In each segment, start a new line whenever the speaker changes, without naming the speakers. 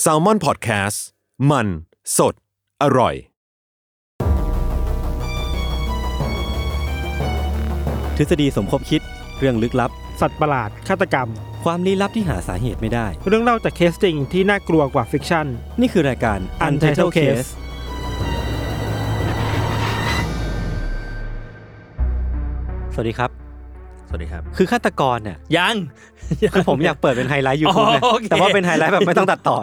แซลมอนพอดแคสต์มันสดอร่อย
ทฤษฎีสมคบคิดเรื่องลึกลับ
สัตว์ประหลาด ฆาตกรรม
ความลี้ลับที่หาสาเหตุไม่ได้
เรื่องเล่าจากเคสจริงที่น่ากลัวกว่าฟิกชั่น
นี่คือรายการ Untitled Case สวัสดีครับ
สวัสดีครับ
คือฆาตกรเนี่ย
ยัง
คือผมอยากเปิดเป็นไฮไลท์ยูทูบเลย
อ๋อโอเค
แต่ว่าเป็นไฮไลท์แบบไม่ต้องตัด ต่อ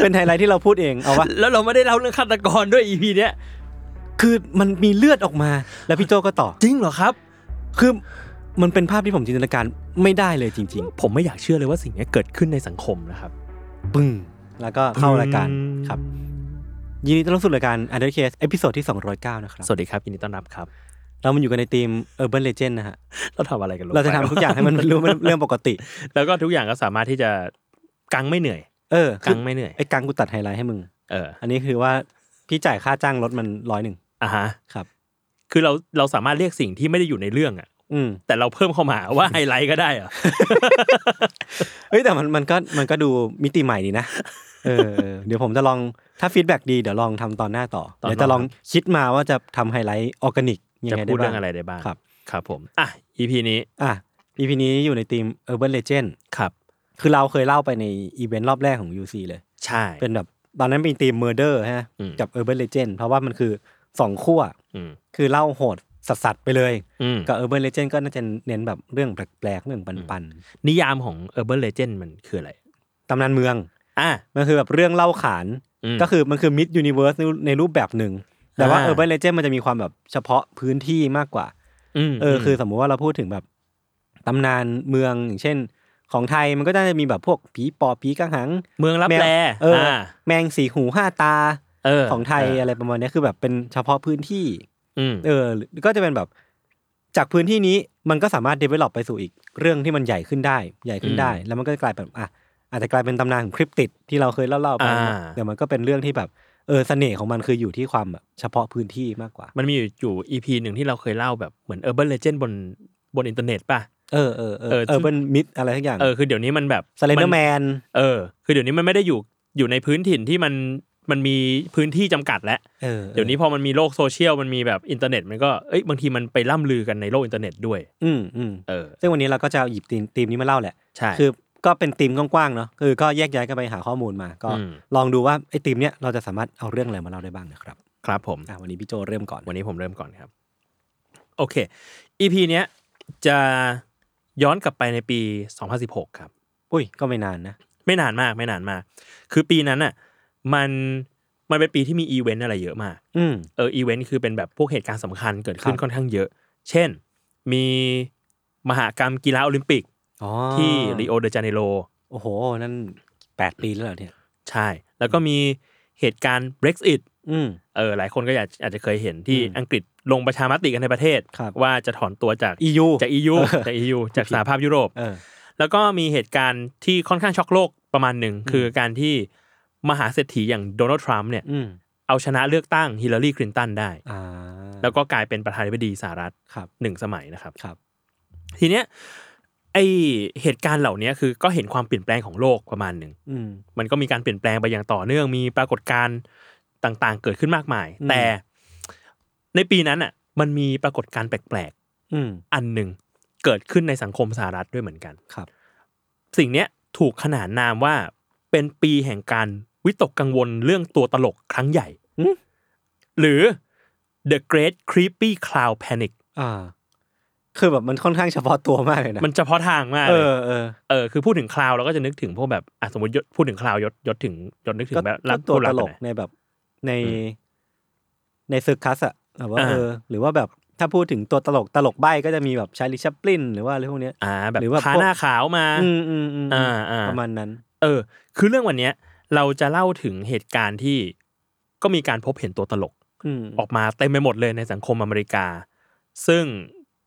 เป็นไฮไลท์ที่เราพูดเองเอาวะ
แล้วเราไม่ได้เล่าเรื่องฆาตกรด้วยอีพีเนี้ย
คือมันมีเลือดออกมา แล้วพี่โจก็ต่อ
จริงเหรอครับ
คือมันเป็นภาพที่ผมจินตนาการไม่ได้เลยจริง
ผมไม่อยากเชื่อเลยว่าสิ่งเนี้ยเกิดขึ้นในสังคมนะครับ
ๆ ปึ้งแล้วก็เข้ารายการครับ ยินดีต้อนรับสู่รายการ u n d e r c a s e เอพิโซดที่ 209 นะครับ
สวัสดีครับยินดีต้อนรับครับ
เรามันอยู่กันในทีม Urban Legend นะฮะ
เราทำอะไรกันลงไป
เราจะทำทุกอย่างให้มันเป็น รู้เป็นเรื่องปกติ
แล้วก็ทุกอย่างก็สามารถที่จะกังไม่เหนื่อย
เออคื
กั
อง
ไม่เหนื่อย
ไอ้กังกูตัดไฮไลท์ให้มึง
เออ
อันนี้คือว่าพี่จ่ายค่าจ้างรถมันร้อยหนึ่ง
อ่ะฮะ
ครับ
คือเราเราสามารถเรียกสิ่งที่ไม่ได้อยู่ในเรื่องอะ
อืม
แต่เราเพิ่มเข้ามา ว่าไฮไลท์ก็ได้เหรอะ
เอ้ยแต่มันมันก็มันก็ดูมิติใหม่ดีนะ เออ เดี๋ยวผมจะลองถ้าฟีดแบ็ดีเดี๋ยวลองทำตอนหน้าต่อ
ตอนหน้า
เดี๋ยวจะลองคิดมาว่าจะทำไฮไลท์ออร์แกนิกยัง
จะ
ไงได้
พูด
บ้า
เรื่อง งอะไรได้บ้าง
ครับ
ครับผมอ่ะอีพีนี้
อ่ะ EP นี้อยู่ในทีม Urban Legend
ครับ
คือเราเคยเล่าไปในอีเวนต์รอบแรกของ UC เลย
ใช่
เป็นแบบตอนนั้นเป็นทีม Murder ฮะ
อืม
กับ Urban Legend เพราะว่ามันคือสองขั้ว
อืม
คือเล่าโหดสัสๆไปเลย
อืม
กับ Urban Legend ก็น่าจะเน้นแบบเรื่องแปลกๆ เรื่องปัน
นิยามของ Urban Legend มันคืออะไร
ๆ ตำนานเมือง
อ่ะ
มันคือแบบเรื่องเล่าขาน
ม
ก็คือมันคือ Mid Universe ในในรูปแบบหนึ่ง แต่ว่า
อ่า
Urban Legend มันจะมีความแบบเฉพาะพื้นที่มากกว่า
ม
เอออ
ม
คือสมมุติว่าเราพูดถึงแบบตำนานเมืองอย่างเช่น ของไทยมันก็น่าจะมีแบบพวกผีปอบผีกังหัง
เมืองรับ
มว
แล
เอออา แมงสีหูห้าตา
เออ
ของไทย
เ
อะไรประมาณเนี้ยคือแบบเป็นเฉพาะพื้นที่
อืม
เออหรือก็จะเป็นแบบจากพื้นที่นี้มันก็สามารถ develop ไปสู่อีกเรื่องที่มันใหญ่ขึ้นได้ ใหญ่ขึ้นได้ แล้วมันก็จะกลายเป็นอ่ะอาจจะกลายเป็นตำนานของคริปติดที่เราเคยเล่าๆไป
อ่า
เดี๋ยวมันก็เป็นเรื่องที่แบบเออเสน่ห์ของมันคืออยู่ที่ความแบบเฉพาะพื้นที่มากกว่า
มันมีอยู่อยู่อีพีหนึ่งที่เราเคยเล่าแบบเหมือน Urban Legend บนบนอินเทอร์เน็ตป่ะ
เออเออเอ
เอ
อ
อ
เออ
ซึ่
ง เป็นมิดอะไรทั้งอย่าง
เออคือเดี๋ยวนี้มันแบบ
สเลนเดอร์แม
น
น
เออ คือเดี๋ยวนี้มันไม่ได้อยู่อยู่ในพื้นถิ่นที่มันมันมีพื้นที่จำกัดแล้ว
เออ
เดี๋ยวนี้พอมันมีโลกโซเชียลมันมีแบบอินเทอร์เน็ตมันก็เอ้ยบางทีมันไปล่ำลือกันในโลกอินเทอร์เน็ตด้วย
อืมอืม
เออ
ซึ่งวันนี้เราก็จะเอาหยิบธีมธีมนี้มาเล่าแหละ
ใช่
คือก็เป็นธีมกว้างๆเนาะคือก็แยกย้ายกันไปหาข้อมูลมา ก็
อืม
ลองดูว่าไอ้ธีมเนี้ยเราจะสามารถเอาเรื่องอะไรมาเล่าได้บ้างนะครับ
ครับผม
อ่ะวันนี้พี่โจเริ่มก่อน
วันนี้ผมเริ่มก่อนครับ โอเค EP เนี้ยจะย้อนกลับไปในปี 2016 ครับ
อุ้ยก็ไม่นานนะ
ไม่นานมากไม่นานมาก คือปีนั้นน่ะมันมันเป็นปีที่มีอีเวนต์อะไรเยอะมาก
อืม
เอออีเวนต์คือเป็นแบบพวกเหตุการณ์สำคัญเกิดขึ้น
ครับ
ค่อนข้างเยอะ เช่น มีมหากรรมกีฬาโอลิมปิก
อ๋อ
ที่ริโอเดจาเนโร
โอ้โห นั่นแปดปีแล้วเหรอเนี่ย
ใช่ แล้วก็มีเหตุการณ์ Brexit
อืม
เออหลายคนก็อยากอาจจะเคยเห็นที่
อืม
อังกฤษลงประชามติกันในประเทศ
ครับ
ว่าจะถอนตัวจาก
อียู
จาก EU
เออ
จาก EU จากสหภาพยุโรป
เออ
แล้วก็มีเหตุการณ์ที่ค่อนข้างช็อกโลกประมาณหนึ่ง คือการที่มหาเศรษฐีอย่างโดนัลด์ทรัมป์เนี่ย
อืม
เอาชนะเลือกตั้งฮิลลารีคลินตันได้
อ่า
แล้วก็กลายเป็นประธานาธิบดีสหรัฐ
ครับ
หนึ่งสมัยนะครับ
ครับ
ทีเนี้ยไอเหตุการณ์เหล่าเนี้ยคือก็เห็นความเปลี่ยนแปลงของโลกประมาณหนึ่ง
อืม
มันก็มีการเปลี่ยนแปลงไปอย่างต่อเนื่องมีปรากฏการณ์ต่างๆ เกิดขึ้นมากมาย
อืม
แต่ในปีนั้นอ่ะมันมีปรากฏการณ์แปลก
อืม
ๆอันหนึ่งเกิดขึ้นในสังคมสหรัฐด้วยเหมือนกัน
ครับ
สิ่งเนี้ยถูกขนานนามว่าเป็นปีแห่งการวิตกกังวลเรื่องตัวตลกครั้งใหญ่
อืม
หรือ the great creepy clown panic
อ่า คือแบบมันค่อนข้างเฉพาะตัวมากเลยนะ
มันเฉพาะทางมาก
เอ
เลย
อเออ
เออคือพูดถึงคลาวเราก็จะนึกถึงพวกแบบอ่ะสมมติยศพูดถึงคลาวยศยศถึงยศนึกถึ
ก็
งแบบ
ก็
รับ
ตัว
ผู้
ต
รับ
ลก
อะไร
ในแบบใน
อืม
ในเซอร์คัสอะแบบว่า
อ่า
เออ หรือว่าแบบถ้าพูดถึงตัวตลกตลกใบ้ก็จะมีแบบชาลิชัปลินหรือว่าอะไรพวกเนี้ย
อ่าแบบ
หรือว่า
พา
พวก
หน้าขาวมา
อืมอืมอืม
อ่าอ่า
ประมาณนั้น
เออ คือเรื่องวันเนี้ยเราจะเล่าถึงเหตุการณ์ที่ก็มีการพบเห็นตัวตลก
อืม
ออกมาเต็มไปหมดเลยในสังคมอเมริกา ซึ่ง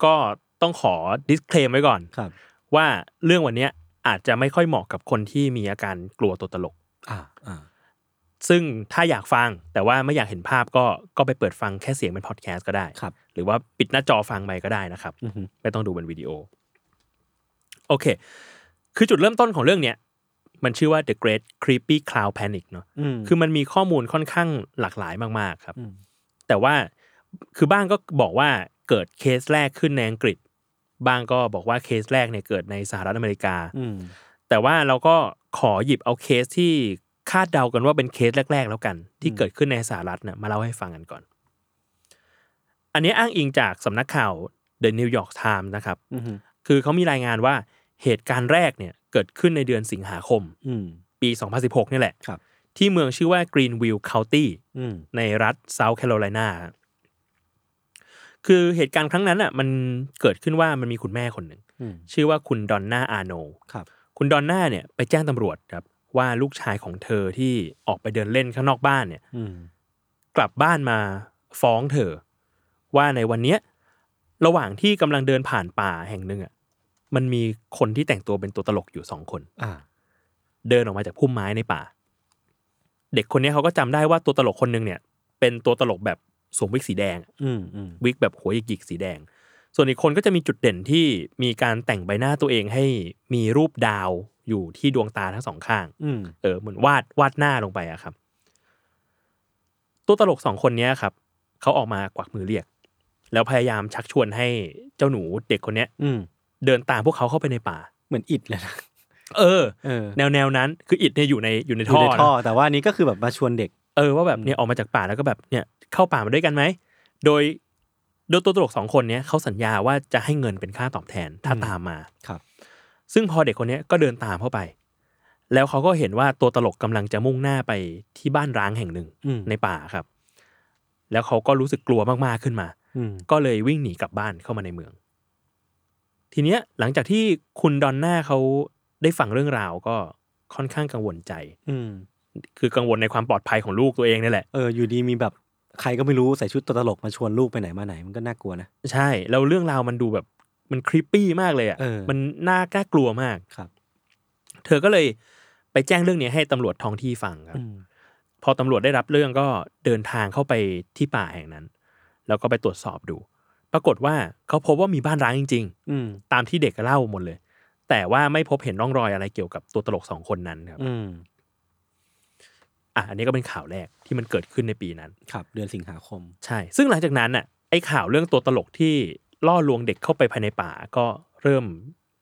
ก็ต้องขอ disclaim ไว้ก่อน
ครับ
ว่าเรื่องวันเนี้ยอาจจะไม่ค่อยเหมาะกับคนที่มีอาการกลัวตัวตลก
อ่าอ่า
ซึ่งถ้าอยากฟังแต่ว่าไม่อยากเห็นภาพก็ก็ไปเปิดฟังแค่เสียงเป็นพอดแคสต์ก็ได้
ครับ
หรือว่าปิดหน้าจอฟังไปก็ได้นะครับ
อือฮึ
ไม่ต้องดูเป็นวิดีโอ โอเค คือจุดเริ่มต้นของเรื่องเนี้ยมันชื่อว่า The Great Creepy Cloud Panic เนอะ
อืม
คือมันมีข้อมูลค่อนข้างหลากหลายมาก ๆ ครับ
อืม
แต่ว่าคือบ้างก็บอกว่าเกิดเคสแรกขึ้นในอังกฤษ บ้างก็บอกว่าเคสแรกเนี่ยเกิดในสหรัฐอเมริกา
อืม
แต่ว่าเราก็ขอหยิบเอาเคสที่คาดเดากันว่าเป็นเคสแรก ๆ แล้วกัน ที่เกิดขึ้นในสหรัฐนะมาเล่าให้ฟังกันก่อน อันนี้อ้างอิงจากสำนักข่าว The New York Times นะครับ
อืม
คือเขามีรายงานว่าเหตุการณ์แรกเนี่ยเกิดขึ้นในเดือนสิงหาคม
อืม
ปี 2016 นี่แหละ
ครับ
ที่เมืองชื่อว่า Greenville County
อืม
ในรัฐเซาท์แคโรไลนาครับคือเหตุการณ์ครั้งนั้นอ่ะมันเกิดขึ้นว่ามันมีคุณแม่คนหนึ่ง
อืม
ชื่อว่าคุณดอนน่าอาโน
ครับ
คุณดอนน่าเนี่ยไปแจ้งตำรวจครับว่าลูกชายของเธอที่ออกไปเดินเล่นข้างนอกบ้านเนี่ย
อืม
กลับบ้านมาฟ้องเธอ ว่าในวันเนี้ยระหว่างที่กำลังเดินผ่านป่าแห่งหนึ่งอ่ะมันมีคนที่แต่งตัวเป็นตัวตลกอยู่สองคน
อ่า
เดินออกมาจากพุ่มไม้ในป่า เด็กคนเนี้ยเขาก็จำได้ว่าตัวตลกคนหนึ่งเนี่ย เป็นตัวตลกแบบสวมวิกสีแดง
อืมอืม
วิกแบบหัวหยิกๆสีแดง ส่วนอีกคนก็จะมีจุดเด่นที่มีการแต่งใบหน้าตัวเองให้มีรูปดาวอยู่ที่ดวงตาทั้งสองข้าง
อืม
เออเหมือนวาดวาดหน้าลงไปอะครับ ตัวตลกสองคนเนี้ยครับเขาออกมากวักมือเรียก แล้วพยายามชักชวนให้เจ้าหนูเด็กคนเนี้ย
อืม
เดินตามพวกเขาเข้าไปในป่า
เหมือนอิดเลยนะ
เออ
เออ
แนวแนวนั้นคืออิดเนี่ยอยู่ในอยู่ใน
อยู่
ท่อ
ใน
นะ
ท่อแต่ว่าอันนี้ก็คือแบบมาชวนเด็ก
เออว่าแบบเนี่ยออกมาจากป่าแล้วก็แบบเนี่ยเข้าป่ามาด้วยกันไหมโดยโดยตัวตลกสองคนเนี้ยเขาสัญญาว่าจะให้เงินเป็นค่าตอบแทนถ้า
อืม
ตามมา
ครับ
ซึ่งพอเด็กคนเนี้ยก็เดินตามเข้าไป แล้วเขาก็เห็นว่าตัวตลกกำลังจะมุ่งหน้าไปที่บ้านร้างแห่งหนึ่ง
อืม
ในป่าครับ แล้วเขาก็รู้สึกกลัวมากๆขึ้นมา
อืม
ก็เลยวิ่งหนีกลับบ้านเข้ามาในเมือง ทีเนี้ยหลังจากที่คุณดอนน่าเขาได้ฟังเรื่องราวก็ค่อนข้างกังวลใจ
อืม
คือกังวลในความปลอดภัยของลูกตัวเองนี่แหละ
เอออยู่ดีมีแบบใครก็ไม่รู้ใส่ชุดตัวตลกมาชวนลูกไปไหนมาไหนมันก็น่ากลัวนะ
ใช่แล้วเรื่องราวมันดูแบบมันครีปปี้มากเลยอ่ะ
เออ
มันน่าน่ากลัวมาก
ครับ
เธอก็เลยไปแจ้งเรื่องนี้ให้ตำรวจท้องที่ฟังครับ
อืม
พอตำรวจได้รับเรื่องก็เดินทางเข้าไปที่ป่าแห่งนั้น แล้วก็ไปตรวจสอบดู ปรากฏว่าเขาพบว่ามีบ้านร้างจริง
อืม
ๆ ตามที่เด็กเล่าหมดเลย แต่ว่าไม่พบเห็นร่องรอยอะไรเกี่ยวกับตัวตลกสองคนนั้นครับ
อืม
อ่ะอันนี้ก็เป็นข่าวแรกที่มันเกิดขึ้นในปีนั้น
ครับเดือนสิงหาคม
ใช่ ซึ่งหลังจากนั้นน่ะไอ้ข่าวเรื่องตัวตลกที่ล่อลวงเด็กเข้าไปภายในป่าก็เริ่ม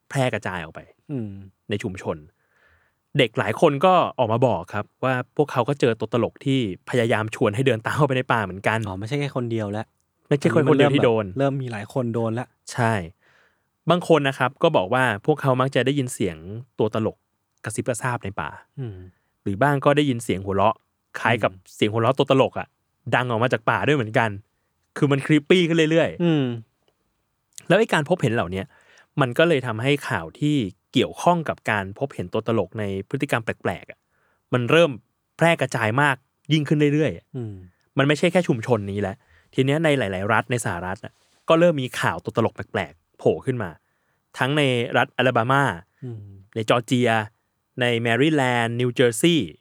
แพร่กระจายออกไป
อืม
ในชุมชน เด็กหลายคนก็ออกมาบอกครับ ว่าพวกเขาก็เจอตัวตลกที่พยายามชวนให้เดินตามเข้าไปในป่าเหมือนกัน
อ๋อไม่ใช่แค่คนเดียวแล้ว
ไม่ใช่คนคนเดียวที่โดน
เริ่มมีหลายคนโดนละ
ใช่ บางคนนะครับ ก็บอกว่าพวกเขามักจะได้ยินเสียงตัวตลกกระซิบกระซาบในป่า
อืม
หรือบ้างก็ได้ยินเสียงหัวเราะคล้ายกับเสียงหัวเราะตัวตลกอ่ะ ดังออกมาจากป่าด้วยเหมือนกัน คือมันครีปปี้ขึ้นเรื่อย
อืม
ๆ แล้วไอ้การพบเห็นเหล่าเนี้ยมันก็เลยทำให้ข่าวที่เกี่ยวข้องกับการพบเห็นตัวตลกในพฤติกรรมแปลกๆอ่ะมันเริ่มแพร่กระจายมากยิ่งขึ้นเรื่อยๆ
อืม
มันไม่ใช่แค่ชุมชนนี้แหละ ทีเนี้ยในหลาย ๆ รัฐในสหรัฐน่ะก็เริ่มมีข่าวตัวตลกแปลกๆ โผล่ขึ้นมา ทั้งในรัฐอลาบามา
อืม
ในจอร์เจีย ในแมริแลนด์ นิวเจอร์ซีย์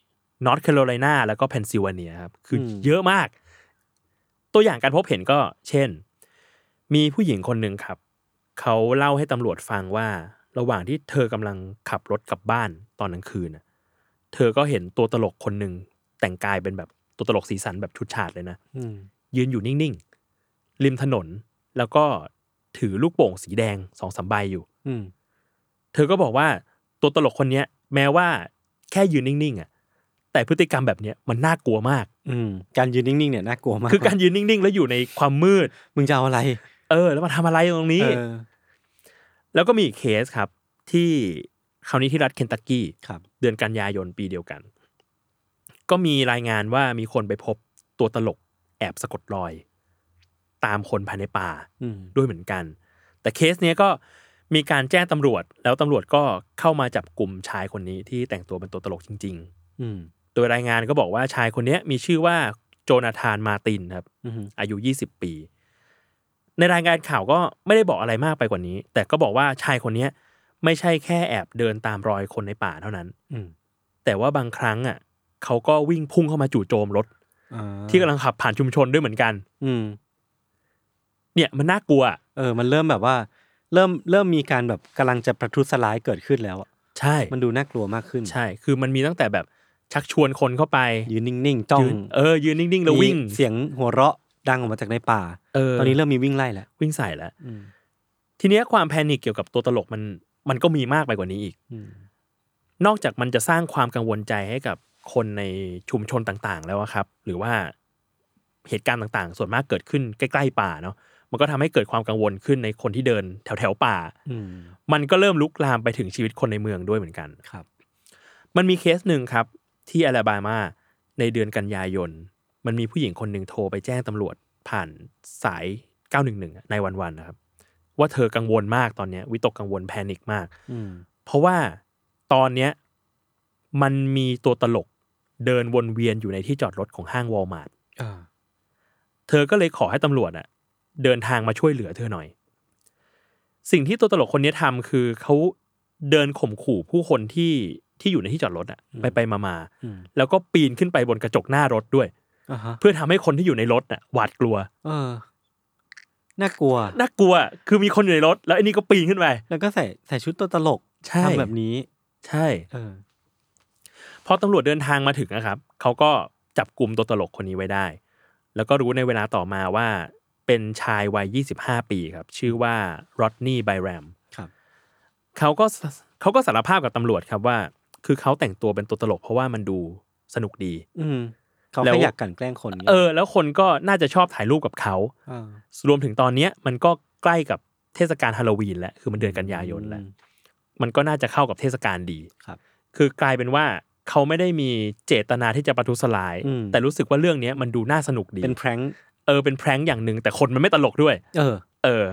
นอร์ทแคโรไลนาแล้วก็เพนซิลเวเนียครับ คือเยอะมาก ตัวอย่างการพบเห็นก็ เช่น มีผู้หญิงคนหนึ่งครับ เขาเล่าให้ตำรวจฟังว่า ระหว่างที่เธอกำลังขับรถกลับบ้านตอนกลางคืนน่ะเธอก็เห็นตัวตลกคนหนึ่งแต่งกายเป็นแบบตัวตลกสีสันแบบชุดฉาดเลยนะ
อืม
ยืนอยู่นิ่ง ๆ ริมถนน แล้วก็ถือลูกโป่งสีแดงสองสามใบอยู่
อืม
เธอก็บอกว่าตัวตลกคนเนี้ย แม้ว่าแค่ยืนนิ่ง ๆอ่ะแต่พฤติกรรมแบบเนี้ยมันน่ากลัวมาก
อืมการยืนนิ่งๆเนี่ยน่ากลัวมาก
คือการยืนนิ่ง ๆ แล้วอยู่ในความมืด
มึงจะเอาอะไร
เออ แล้วมาทำอะไรตรงนี้
เออ
แล้วก็มีอีกเคสครับ ที่คราวนี้ที่รัฐเคนตักกี้
ครับ
เดือนกันยายนปีเดียวกัน ก็มีรายงานว่ามีคนไปพบตัวตลกแอบสะกดรอย ตามคนภายในป่า
อืม
ด้วยเหมือนกัน แต่เคสเนี้ยก็ มีการแจ้งตำรวจ แล้วตำรวจก็เข้ามาจับกลุ่มชายคนนี้ที่แต่งตัวเป็นตัวตลกจริง
อืม
ๆ โดยรายงานก็บอกว่าชายคนเนี้ยมีชื่อว่าโจนาธานมาร์ตินครับ
อืม
อายุ 20 ปี ในรายงานข่าวก็ไม่ได้บอกอะไรมากไปกว่านี้ แต่ก็บอกว่าชายคนเนี้ยไม่ใช่แค่แอบเดินตามรอยคนในป่าเท่านั้น
อืม
แต่ว่าบางครั้งอ่ะเขาก็วิ่งพุ่งเข้ามาจู่โจมรถ
อ่า
ที่กำลังขับผ่านชุมชนด้วยเหมือนกัน
อืม
เนี่ยมันน่ากลัว
เออ มันเริ่มแบบว่า เริ่มเริ่มมีการแบบกำลังจะประทุษร้ายเกิดขึ้นแล้วอะ
ใช่
มันดูน่ากลัวมากขึ้น
ใช่ คือมันมีตั้งแต่แบบชักชวนคนเข้าไป
ยืนนิ่งๆจ้อง
ยืนเออยืนนิ่งๆแล้ววิ่ง
มีเสียงหัวเราะดังออกมาจากในป่า
เออ
ตอนนี้เริ่มมีวิ่งไล่แล้ว
วิ่งใส่แล้ว
อืม
ทีเนี้ยความแพนิคเกี่ยวกับตัวตลกมันมันก็มีมากไปกว่านี้อีก
อืม
นอกจากมันจะสร้างความกังวลใจให้กับคนในชุมชนต่างๆ แล้วอะครับ หรือว่าเหตุการณ์ต่างๆ ส่วนมากเกิดขึ้นใกล้ๆป่าเนาะมันก็ทำให้เกิดความกังวลขึ้นในคนที่เดินแถวๆป่า
อืม
มันก็เริ่มลุกลามไปถึงชีวิตคนในเมืองด้วยเหมือนกัน
ครับ
มันมีเคสหนึ่งครับ ที่อลาบามาในเดือนกันยายน มันมีผู้หญิงคนหนึ่งโทรไปแจ้งตำรวจผ่านสาย 911อะในวันๆนะครับ ว่าเธอกังวลมากตอนเนี้ยวิตกกังวลแพนิคมาก
อืม
เพราะว่าตอนเนี้ยมันมีตัวตลกเดินวนเวียนอยู่ในที่จอดรถของห้างวอลมาร์ท
อ่า
เธอก็เลยขอให้ตำรวจอะเดินทางมาช่วยเหลือเธอหน่อย สิ่งที่ตัวตลกคนเนี้ยทำคือเขาเดินข่มขู่ผู้คนที่ที่อยู่ในที่จอดรถอะไปไปมามา
อืม
ๆแล้วก็ปีนขึ้นไปบนกระจกหน้ารถด้วย
อ่าฮะ
เพื่อทำให้คนที่อยู่ในรถอะหวาดกลัว
เออ น่ากลัว
น่ากลัวคือมีคนอยู่ในรถ แล้วไอ้นี่ก็ปีนขึ้นไป
แล้วก็ใส่ใส่ชุดตัวตลก
ใช่
ทำแบบนี้
ใช่
เออ
พอตำรวจเดินทางมาถึงนะครับ เขาก็จับกลุ่มตัวตลกคนนี้ไว้ได้ แล้วก็รู้ในเวลาต่อมาว่าเป็นชายวัย 25 ปีครับ ชื่อว่ารอดนี่ไบแรม
ครับ
เขาก็สเขาก็สารภาพกับตำรวจครับว่า คือเขาแต่งตัวเป็นตัวตลกเพราะว่ามันดูสนุกดี
อืมเขา
แล้ว
แค่อยากกลันแกล้งคนนี่ย
เออ แล้วคนก็น่าจะชอบถ่ายรูปกับเขา
าร
วมถึงตอนเนี้ยมันก็ใกล้กับเทศกาลฮาโลวีนแล้ว คือมันเดือนกันยายนแล้ว
อืม
มันก็น่าจะเข้ากับเทศกาลดี
ครับ
คือกลายเป็นว่าเขาไม่ได้มีเจตนาที่จะประทุษร้าย
อืม
แต่รู้สึกว่าเรื่องเนี้ยมันดูน่าสนุกดี
เป็นแพร้ง
เออ เป็นแพร้งอย่างหนึ่งแต่คนมันไม่ตลกด้วย
เออ
เออ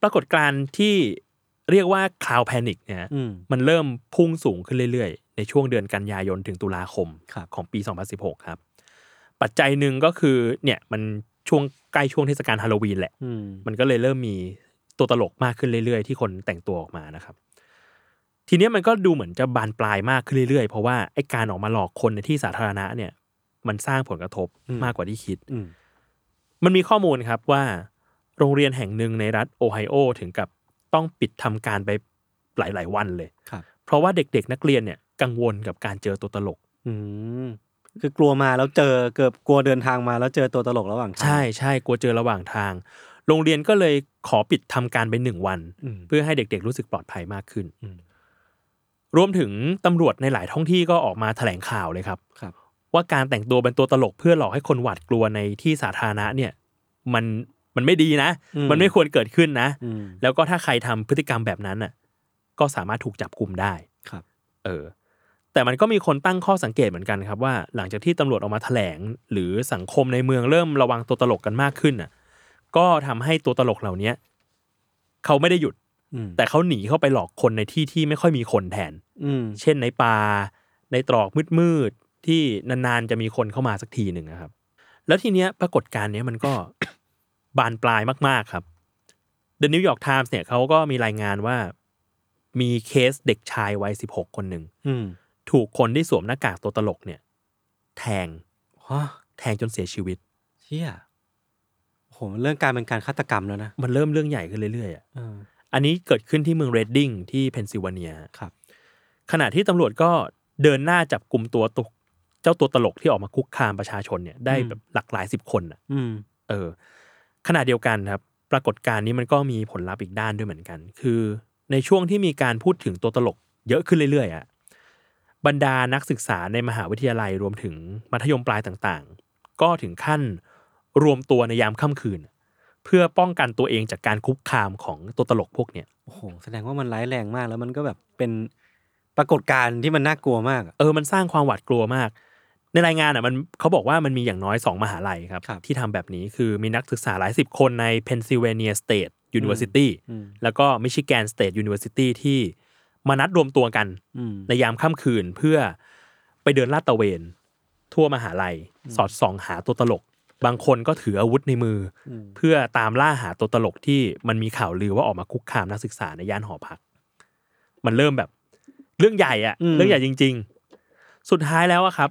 ปรากฏการณ์ที่เรียกว่าคลาวแพนิกเนี่ย
อืม
มันเริ่มพุ่งสูงขึ้นเรื่อยๆ ในช่วงเดือนกันยายนถึงตุลาคม
ครับ
ของปี 2016 ครับ ปัจจัยหนึ่งก็คือเนี่ยมันช่วงใกล้ช่วงเทศกาลฮาโลวีนแหละ
อืม
มันก็เลยเริ่มมีตัวตลกมากขึ้นเรื่อยๆ ที่คนแต่งตัวออกมานะครับ ทีเนี้ยมันก็ดูเหมือนจะบานปลายมากขึ้นเรื่อยๆ เพราะว่าไอ้การออกมาหลอกคนในที่สาธารณะเนี่ย มันสร้างผลกระทบ
อืม
มากกว่าที่คิด
อืม
มันมีข้อมูลครับว่า โรงเรียนแห่งหนึ่งในรัฐโอไฮโอถึงกับต้องปิดทำการไปหลายๆวันเลย
ครับ
เพราะว่าเด็กๆ นักเรียนเนี่ยกังวลกับการเจอตัวตลก
อืม คือกลัวมาแล้วเจอเกือบกลัวเดินทางมาแล้วเจอตัวตลกระหว่างทาง
ใช่ใช่กลัวเจอระหว่างทาง โรงเรียนก็เลยขอปิดทำการไปหนึ่งวัน
อืม
เพื่อให้เด็กๆ รู้สึกปลอดภัยมากขึ้น
อืม
รวมถึงตำรวจในหลายท้องที่ก็ออกมาแถลงข่าวเลยครับ
ครับ
ว่าการแต่งตัวเป็นตัวตลกเพื่อหลอกให้คนหวาดกลัวในที่สาธารณะเนี่ย มันมันไม่ดีนะ
อืม
มันไม่ควรเกิดขึ้นนะ
อืม
แล้วก็ถ้าใครทำพฤติกรรมแบบนั้นน่ะ ก็สามารถถูกจับกลุ่มได้
ครับ
เออ แต่มันก็มีคนตั้งข้อสังเกตเหมือนกันครับว่า หลังจากที่ตำรวจออกมาแถลง หรือสังคมในเมืองเริ่มระวังตัวตลกกันมากขึ้นน่ะ ก็ทำให้ตัวตลกเหล่าเนี้ยเขาไม่ได้หยุด
อืม
แต่เขาหนีเข้าไปหลอกคนในที่ที่ไม่ค่อยมีคนแทน
อืม
เช่นในป่าในตรอกมืดๆที่นานๆจะมีคนเข้ามาสักทีหนึ่งนะครับ แล้วทีเนี้ยปรากฏการณ์เนี้ยมันก็ บานปลายมากๆครับ The New York Times เนี่ยเขาก็มีรายงานว่ามีเคสเด็กชายวัย 16 คนหนึ่ง
อืม
ถูกคนที่สวมหน้ากากตัวตลกเนี่ย แทง
ฮะ
แทงจนเสียชีวิต
เชี่ยโอ้โหเรื่องการเป็นการฆาตกรรมแล้วนะ
มันเริ่มเรื่องใหญ่ขึ้นเรื่อยๆอะ
เออ
อันนี้เกิดขึ้นที่เมืองเรดดิ้งที่เพนซิลเวเนีย
ครับ
ขณะที่ตำรวจก็เดินหน้าจับกลุ่มตัวตุกเจ้าตัวตลกที่ออกมาคุกคามประชาชนเนี่ยได้
อืม
แบบหลักหลายสิบคนน่ะ
อืม
เออขณะเดียวกันครับ ปรากฏการณ์นี้มันก็มีผลลัพธ์อีกด้านด้วยเหมือนกัน คือในช่วงที่มีการพูดถึงตัวตลกเยอะขึ้นเรื่อยๆอ่ะบรรดานักศึกษาในมหาวิทยาลัยรวมถึงมัธยมปลายต่างๆ ก็ถึงขั้นรวมตัวในยามค่ำคืน เพื่อป้องกันตัวเองจากการคุกคามของตัวตลกพวกเนี่ย
โอ้โห แสดงว่ามันร้ายแรงมาก แล้วมันก็แบบเป็นปรากฏการณ์ที่มันน่ากลัวมากอะ
เออ มันสร้างความหวาดกลัวมาก ในรายงานอ่ะมันเขาบอกว่ามันมีอย่างน้อย 2 มหาลัยครับ
ครับ
ที่ทำแบบนี้คือมีนักศึกษาหลายสิบคนในเพนซิลเวเนียสเต e University
อืม
แล้วก็ Michigan State University ที่มานัดรวมตัวกัน
อืม
ในยามค่ำคืนเพื่อไปเดินลาดตระเวน ทั่วมหาลัย สอดส่องหาตัวตลก บางคนก็ถืออาวุธในมืออเพื่อตามล่าหาตัวตลกที่มันมีข่าวลือว่าออกมาคุกคามนักศึกษาในย่านหอพัก มันเริ่มแบบเรื่องใหญ่อะเรื่องใหญ่จริง ๆ สุดท้ายแล้วอะครับ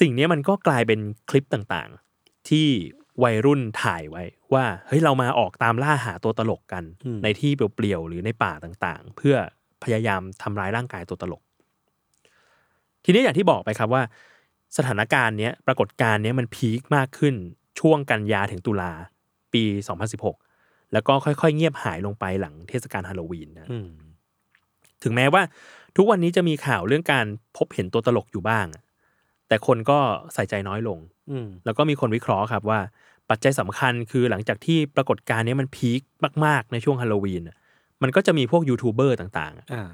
สิ่งเนี้ยมันก็กลายเป็นคลิปต่างๆ ที่วัยรุ่นถ่ายไว้ว่าเฮ้ยเรามาออกตามล่าหาตัวตลกกัน ในที่เปลี่ยวๆหรือในป่าต่างๆ เพื่อพยายามทำร้ายร่างกายตัวตลก ทีนี้อย่างที่บอกไปครับว่า สถานการณ์เนี้ยปรากฏการณ์เนี้ยมันพีคมากขึ้นช่วงกันยาถึงตุลาปี 2016 แล้วก็ค่อยๆ เงียบหายลงไปหลังเทศกาลฮาโลวีนนะ
อืม
ถึงแม้ว่าทุกวันนี้จะมีข่าวเรื่องการพบเห็นตัวตลกอยู่บ้างอะแต่คนก็ใส่ใจน้อยลง
อืม
แล้วก็มีคนวิเคราะห์ครับว่า ปัจจัยสำคัญคือหลังจากที่ปรากฏการณ์เนี้ยมันพีคมาก ๆ ในช่วงฮาโลวีนอะมันก็จะมีพวกยูทูบเบอร์ต่างๆอะ
อ่า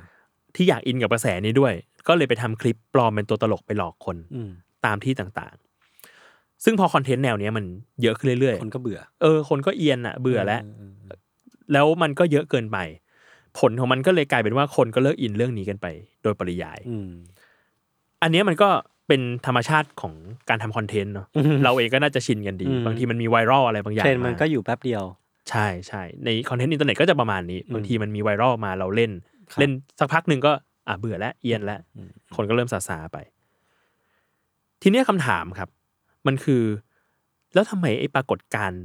ที่อยากอินกับกระแสนี้ด้วย ก็เลยไปทำคลิปปลอมเป็นตัวตลกไปหลอกคน
อืม
ตามที่ต่างๆ ซึ่งพอคอนเทนต์แนวเนี้ยมันเยอะขึ้นเรื่อย
คนก็เบื่อ
ๆเออคนก็เอียนอ่ะเบื่อแล้ว
เอ
แล้วมันก็เยอะเกินไป ผลของมันก็เลยกลายเป็นว่าคนก็เลิกอินเรื่องนี้กันไป โดยปริยาย
อืม
อันเนี้ยมันก็เป็นธรรมชาติของการทำคอนเทนต์เนาะ
อือฮึ
เราเองก็น่าจะชินกันดี
อืม
บางทีมันมีไวรัลอะไรบางอย่าง
เทรนด์มันก็
า
อยู่แป๊บเดียว
ใช่ใช่ในคอนเทนต์อินเทอร์เน็ตก็จะประมาณนี้ บางทีมันมีไวรัลมาเราเล่น
ครับ
เล่นสักพักหนึ่งก็อ่ะเบื่อแล้วเอียนแล้ว คนก็เริ่มซาซาๆไป ทีเนี้ยคำถามครับ มันคือ แล้วทำไมไอ้ปรากฏการณ์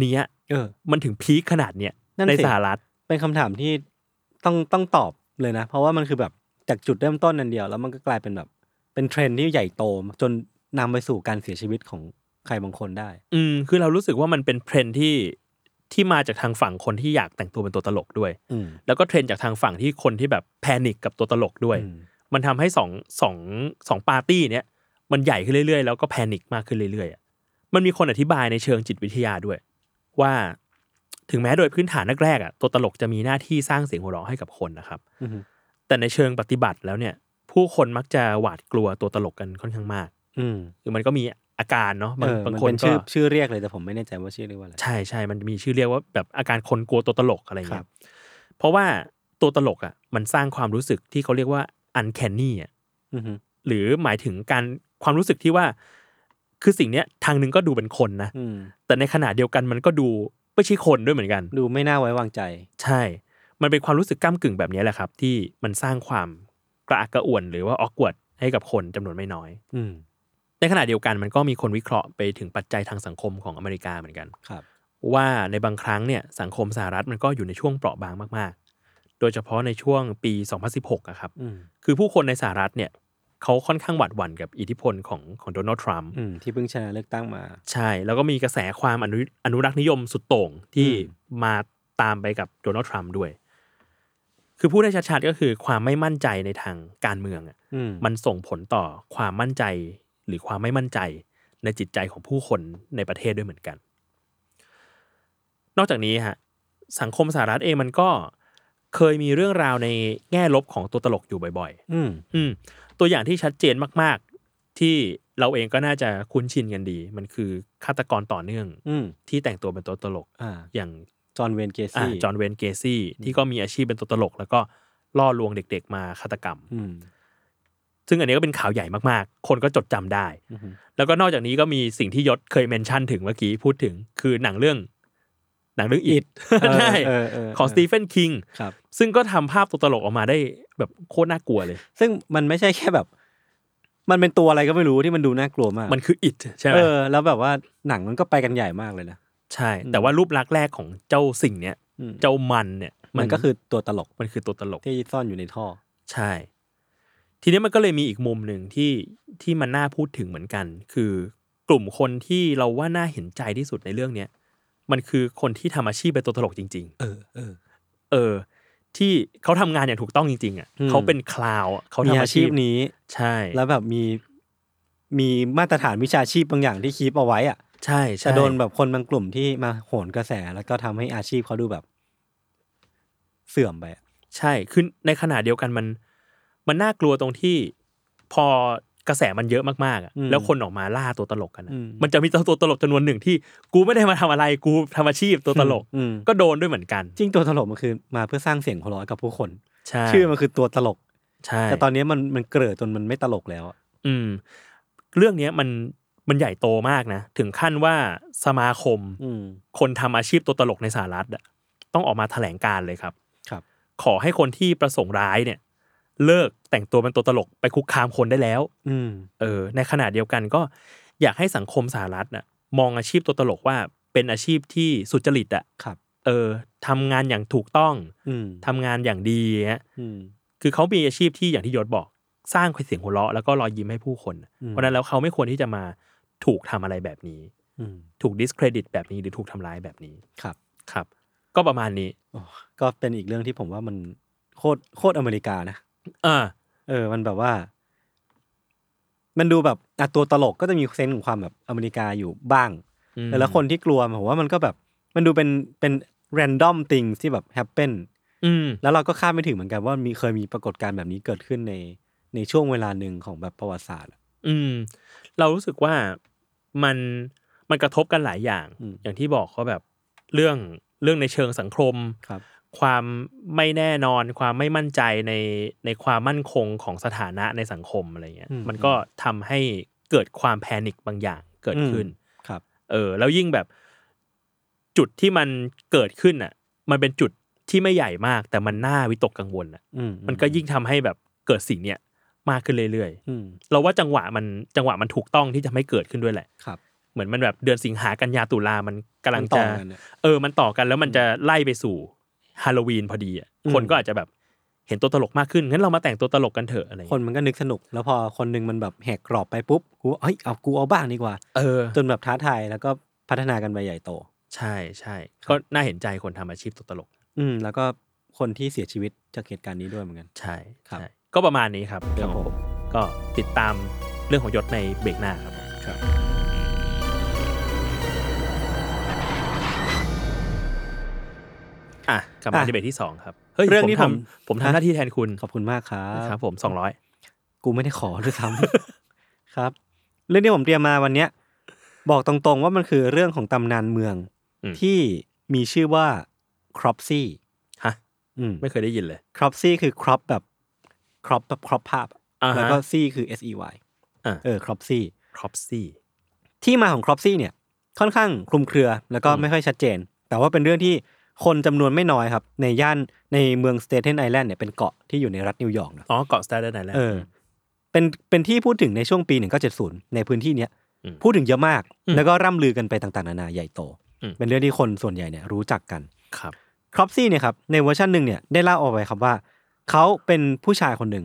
เนี้ย
เออ
มันถึงพีคขนาดเนี้ย
นั่นสิ
ในสหรัฐ
เป็นคำถามที่ต้องต้องตอบเลยนะ เพราะว่ามันคือแบบจากจุดเริ่มต้นนั่นเดียว แล้วมันก็กลายเป็นแบบเป็นเทรนด์ที่ใหญ่โตจนนำไปสู่การเสียชีวิตของใครบางคนได้
อืมคือเรารู้สึกว่ามันเป็นเทรนด์ที่ที่มาจากทางฝั่งคนที่อยากแต่งตัวเป็นตัวตลกด้วย
อืม
แล้วก็เทรนด์จากทางฝั่งที่คนที่แบบแพนิคกับตัวตลกด้วย
อืม
มันทำให้สองสองสองปาร์ตี้เนี้ยมันใหญ่ขึ้นเรื่อยๆ แล้วก็แพนิคมากขึ้นเรื่อยๆอะมันมีคนอธิบายในเชิงจิตวิทยาด้วย ว่าถึงแม้โดยพื้นฐานแรกๆอ่ะตัวตลกจะมีหน้าที่สร้างเสียงหัวเราะให้กับคนนะครับ
อืม
แต่ในเชิงปฏิบัติแล้วเนี่ย ผู้คนมักจะหวาดกลัวตัวตลกกันค่อนข้างมาก
อืม
คือมันก็มีอาการเนาะบาง
เออบ
าง
มัน
คน
เป็น
ก็
ชื่อชื่อเรียกเลยแต่ผมไม่แน่ใจว่าชื่อเรียกว่าอะไร
ใช่ใช่ มันมีชื่อเรียกว่าแบบอาการคนกลัวตัวตลกอะไร
ครั
เงี้
บ
ย เพราะว่าตัวตลกอ่ะมันสร้างความรู้สึกที่เขาเรียกว่า uncanny อ่ะ
อืม
หรือหมายถึงการความรู้สึกที่ว่า คือสิ่งเนี้ยทางหนึ่งก็ดูเป็นคนนะ
อืม
แต่ในขณะเดียวกันมันก็ดูไม่ใช่คนด้วยเหมือนกัน
ดูไม่น่าไว้วางใจ
ใช่ มันเป็นความรู้สึกก้ามกึ่งแบบนี้แหละครับ ที่มันสร้างความกระอักกระอ่วน หรือว่าออกกวดให้กับคนจำนวนไม่น้อย
อืม
ในขณะเดียวกันมันก็มีคนวิเคราะห์ไปถึงปัจจัยทางสังคมของอเมริกาเหมือนกัน
ครับ
ว่าในบางครั้งเนี่ยสังคมสหรัฐมันก็อยู่ในช่วงเปราะบางมาก ๆ โดยเฉพาะในช่วงปี 2016อะครับ
อืม
คือผู้คนในสหรัฐเนี่ยเขาค่อนข้างหวาดหวั่นกับอิทธิพลของของโดนัลด์ทรัมป์
อืมที่เพิ่งชนะเลือกตั้งมา
ใช่ แล้วก็มีกระแสความอนุอนุรักษ์นิยมสุดโต่งที่มาตามไปกับโดนัลด์ทรัมป์ด้วย คือพูดได้ชัดๆก็คือความไม่มั่นใจในทางการเมืองอะ
อืม
มันส่งผลต่อความมั่นใจหรือความไม่มั่นใจในจิตใจของผู้คนในประเทศด้วยเหมือนกัน นอกจากนี้ฮะสังคมสหรัฐเองมันก็เคยมีเรื่องราวในแง่ลบของตัวตลกอยู่บ่อยๆ
อืม
อืมตัวอย่างที่ชัดเจนมากๆ ที่เราเองก็น่าจะคุ้นชินกันดี มันคือฆาตกรต่อเนื่อง
อืม
ที่แต่งตัวเป็นตัวตลก
อ่า
อย่าง
จอห์นเวนเกซี่
จอห์นเวนเกซี่ที่ก็มีอาชีพเป็นตัวตลก แล้วก็ล่อลวงเด็กๆมาฆาตกรรม
อืม
ซึ่งอันนี้ก็เป็นข่าวใหญ่มากๆ คนก็จดจำได้
อือฮึ
แล้วก็นอกจากนี้ก็มีสิ่งที่ยศเคยเมนชั่นถึงเมื่อกี้พูดถึงคือหนังเรื่อง หนังเรื่องอิดใช่
เออเออ
ของสตีเฟนคิง
ครับ
ซึ่งก็ทำภาพตัวตลกออกมาได้แบบโคตรน่ากลัวเลย
ซึ่งมันไม่ใช่แค่แบบ มันเป็นตัวอะไรก็ไม่รู้ที่มันดูน่ากลัวมาก
มันคืออิดใช่ไหม
เออ แล้วแบบว่าหนังมันก็ไปกันใหญ่มากเลยนะ
ใช่ แต่ว่ารูปลักษณ์แรกของเจ้าสิ่งเนี้ย
อืม
เจ้ามันเนี่ย
มันก็คือตัวตลก
มันคือตัวตลก
ที่ซ่อนอยู่ในท่อ
ใช่ ทีนี้มันก็เลยมีอีกมุมหนึ่งที่ที่มันน่าพูดถึงเหมือนกัน คือกลุ่มคนที่เราว่าน่าเห็นใจที่สุดในเรื่องเนี้ยมันคือคนที่ทำอาชีพเป็นตัวตลกจริง ๆ เออ เออ เออ ที่เขาทำงานอย่างถูกต้องจริง ๆอ่ะ
อืม
เขาเป็นคลาวด์อะเขา
มี
ทำ
อา
อา
ชี
ชี
พ
พ
นี้
ใช่
แล้วแบบมีมีมาตรฐานวิชาชีพบางอย่างที่คีปเอาไว้อะ
ใช่ใช่
จะโดนแบบคนบางกลุ่มที่มาโหนกระแสแล้วก็ทำให้อาชีพเขาดูแบบ เสื่อมไปอะ
ใช่คือในขณะเดียวกันมัน มันน่ากลัวตรงที่พอ กระแสมันเยอะมากๆอะ
อืม
แล้วคนออกมาล่าตัวตลกกันอะ
อืม
มันจะมีตัวตลกจำนวนหนึ่งที่ กูไม่ได้มาทำอะไรกูทำอาชีพตัวตลก
อืม
ก็โดนด้วยเหมือนกัน
จริงตัวตลกมันคือมาเพื่อสร้างเสียงหัวเราะให้กับผู้คน
ใช่
ชื่อมันคือตัวตลก
ใช่
แต่ตอนนี้มันมันเกลือจนมันไม่ตลกแล้วอะ
อืม เรื่องเนี้ยมันมันใหญ่โตมากนะ ถึงขั้นว่าสมาคม
อืม
คนทำอาชีพตัวตลกในสหรัฐอะต้องออกมาแถลงการเลยครับ
ครับ
ขอให้คนที่ประสงค์ร้ายเนี่ย เลิกแต่งตัวเป็นตัวตลกไปคุกคามคนได้แล้ว
อืม
เออ ในขณะเดียวกันก็อยากให้สังคมสหรัฐน่ะมองอาชีพตัวตลกว่าเป็นอาชีพที่สุจริตอะ
ครับ
เออทำงานอย่างถูกต้อง
อืม
ทำงานอย่างดีฮะ
อืม
คือเขามีอาชีพที่อย่างที่ยศบอก สร้างเสียงหัวเราะแล้วก็รอยยิ้มให้ผู้คน
อืม
เพราะฉะนั้นแล้วเขาไม่ควรที่จะมาถูกทำอะไรแบบนี้
อืม
ถูกดิสเครดิตแบบนี้หรือถูกทำร้ายแบบนี้
ครับ
ครับ ก็ประมาณนี้
โอ้ก็เป็นอีกเรื่องที่ผมว่ามันโคตรโคตรอเมริกานะ
อ่า
เออ มันแบบว่า มันดูแบบอ่ะตัวตลกก็จะมีเซนส์ของความแบบอเมริกาอยู่บ้าง
อืม
แต่ละคนที่กลัวผมว่ามันก็แบบ มันดูเป็นเป็น random thing ที่แบบ happen
อืม
แล้วเราก็คาดไม่ถึงเหมือนกันว่ามีเคยมีปรากฏการณ์แบบนี้เกิดขึ้นในในช่วงเวลาหนึ่งของแบบประวัติศาสตร์อะ
อืมเรารู้สึกว่ามันมันกระทบกันหลายอย่าง
อืม
อย่างที่บอกก็แบบเรื่องเรื่องในเชิงสังคม
ครับ
ความไม่แน่นอน ความไม่มั่นใจในในความมั่นคงของสถานะในสังคมอะไรเงี้ย
อืม
มันก็ทำให้เกิดความแพนิคบางอย่างเกิดขึ้น
ครับ
เออ แล้วยิ่งแบบจุดที่มันเกิดขึ้นอ่ะ มันเป็นจุดที่ไม่ใหญ่มาก แต่มันน่าวิตกกังวลอ่ะ
อืม
มันก็ยิ่งทำให้แบบเกิดสิ่งเนี้ยมากขึ้นเรื่อยๆ
อืม
เราว่าจังหวะมันจังหวะมันถูกต้องที่จะไม่เกิดขึ้นด้วยแหละ
ครับ
เหมือนมันแบบเดือนสิงหากันยาตุลามันกำลัง
มันต่
จะ
อกันเนี่ย
เออมันต่อกันแล้วมันจะไล่ไปสู่ฮาโลวีนพอดีอ่ะ
อืม
คนก็อาจจะแบบเห็นตัวตลกมากขึ้นงั้นเรามาแต่งตัวตลกกันเถอะอะไร
ค
เงี้ย
นมันก็นึกสนุก แล้วพอคนหนึงมันแบบแหกกรอบไปปุ๊บกูเอ้ยเอากูเอาบ้างดีกว่า
เออ
จนแบบท้าทายแล้วก็พัฒนากันไปใหญ่โต
ใช่ใช่ก็น่าเห็นใจคนทำอาชีพตัวตลก
อืม แล้วก็คนที่เสียชีวิตจากเหตุการณ์นี้ด้วยเหมือนกัน
ใช่
ครับ
ใช่ก็ประมาณนี้ครับเรื่องของผมก็ติดตามเรื่องของยศในเบรกหน้าครับ
ครับ
อ่ะกลับมา
อ่ะ
ที่เบรกที่สองครับเฮ้ย
เรื่อง
ผม
นี้
ท
ผม
ำผมทำ
ฮะ
หน้าที่แทนคุณ
ขอบคุณมากครับ
ครับ ผมสองร้อย
กูไม่ได้ขอด้วยซ้ำ ครับ เรื่องที่ผมเตรียมมาวันเนี้ย บอกตรงๆว่ามันคือเรื่องของตำนานเมือง ที่มีชื่อว่าครอปซี่
ฮะไม่เคยได้ยินเลย
ครอปซี่คือครอปแบบครอปแบบครอปภาพอะ
อ่าฮะ
แล้วก็ซี่คือ S E Y
อ่า
เออครอปซี่
ครอปซี่
ที่มาของครอปซี่เนี่ย ค่อนข้างคลุมเครือแล้วก็ไม่ค่อยชัดเจน แต่ว่าเป็นเรื่องที่คนจำนวนไม่น้อยครับ ในย่านในเมืองสเตเทนไอแลนด์เนี่ยเป็นเกาะที่อยู่ในรัฐนิวยอร์กนะ
อ๋อเกาะสแตนดาร์ดไอแลนด์
เออเป็นเป็นที่พูดถึงในช่วงปี 1970 ในพื้นที่เนี้ย
อืม
พูดถึงเยอะมาก
อืม
แล้วก็ร่ำลือกันไปต่างๆ นานาใหญ่โต
อืม
เป็นเรื่องที่คนส่วนใหญ่เนี่ยรู้จักกัน
ครับ
ครอปซี่เนี่ยครับในเวอร์ชันหนึ่งเนี่ยได้เล่าเอาไว้ครับว่า เขาเป็นผู้ชายคนหนึ่ง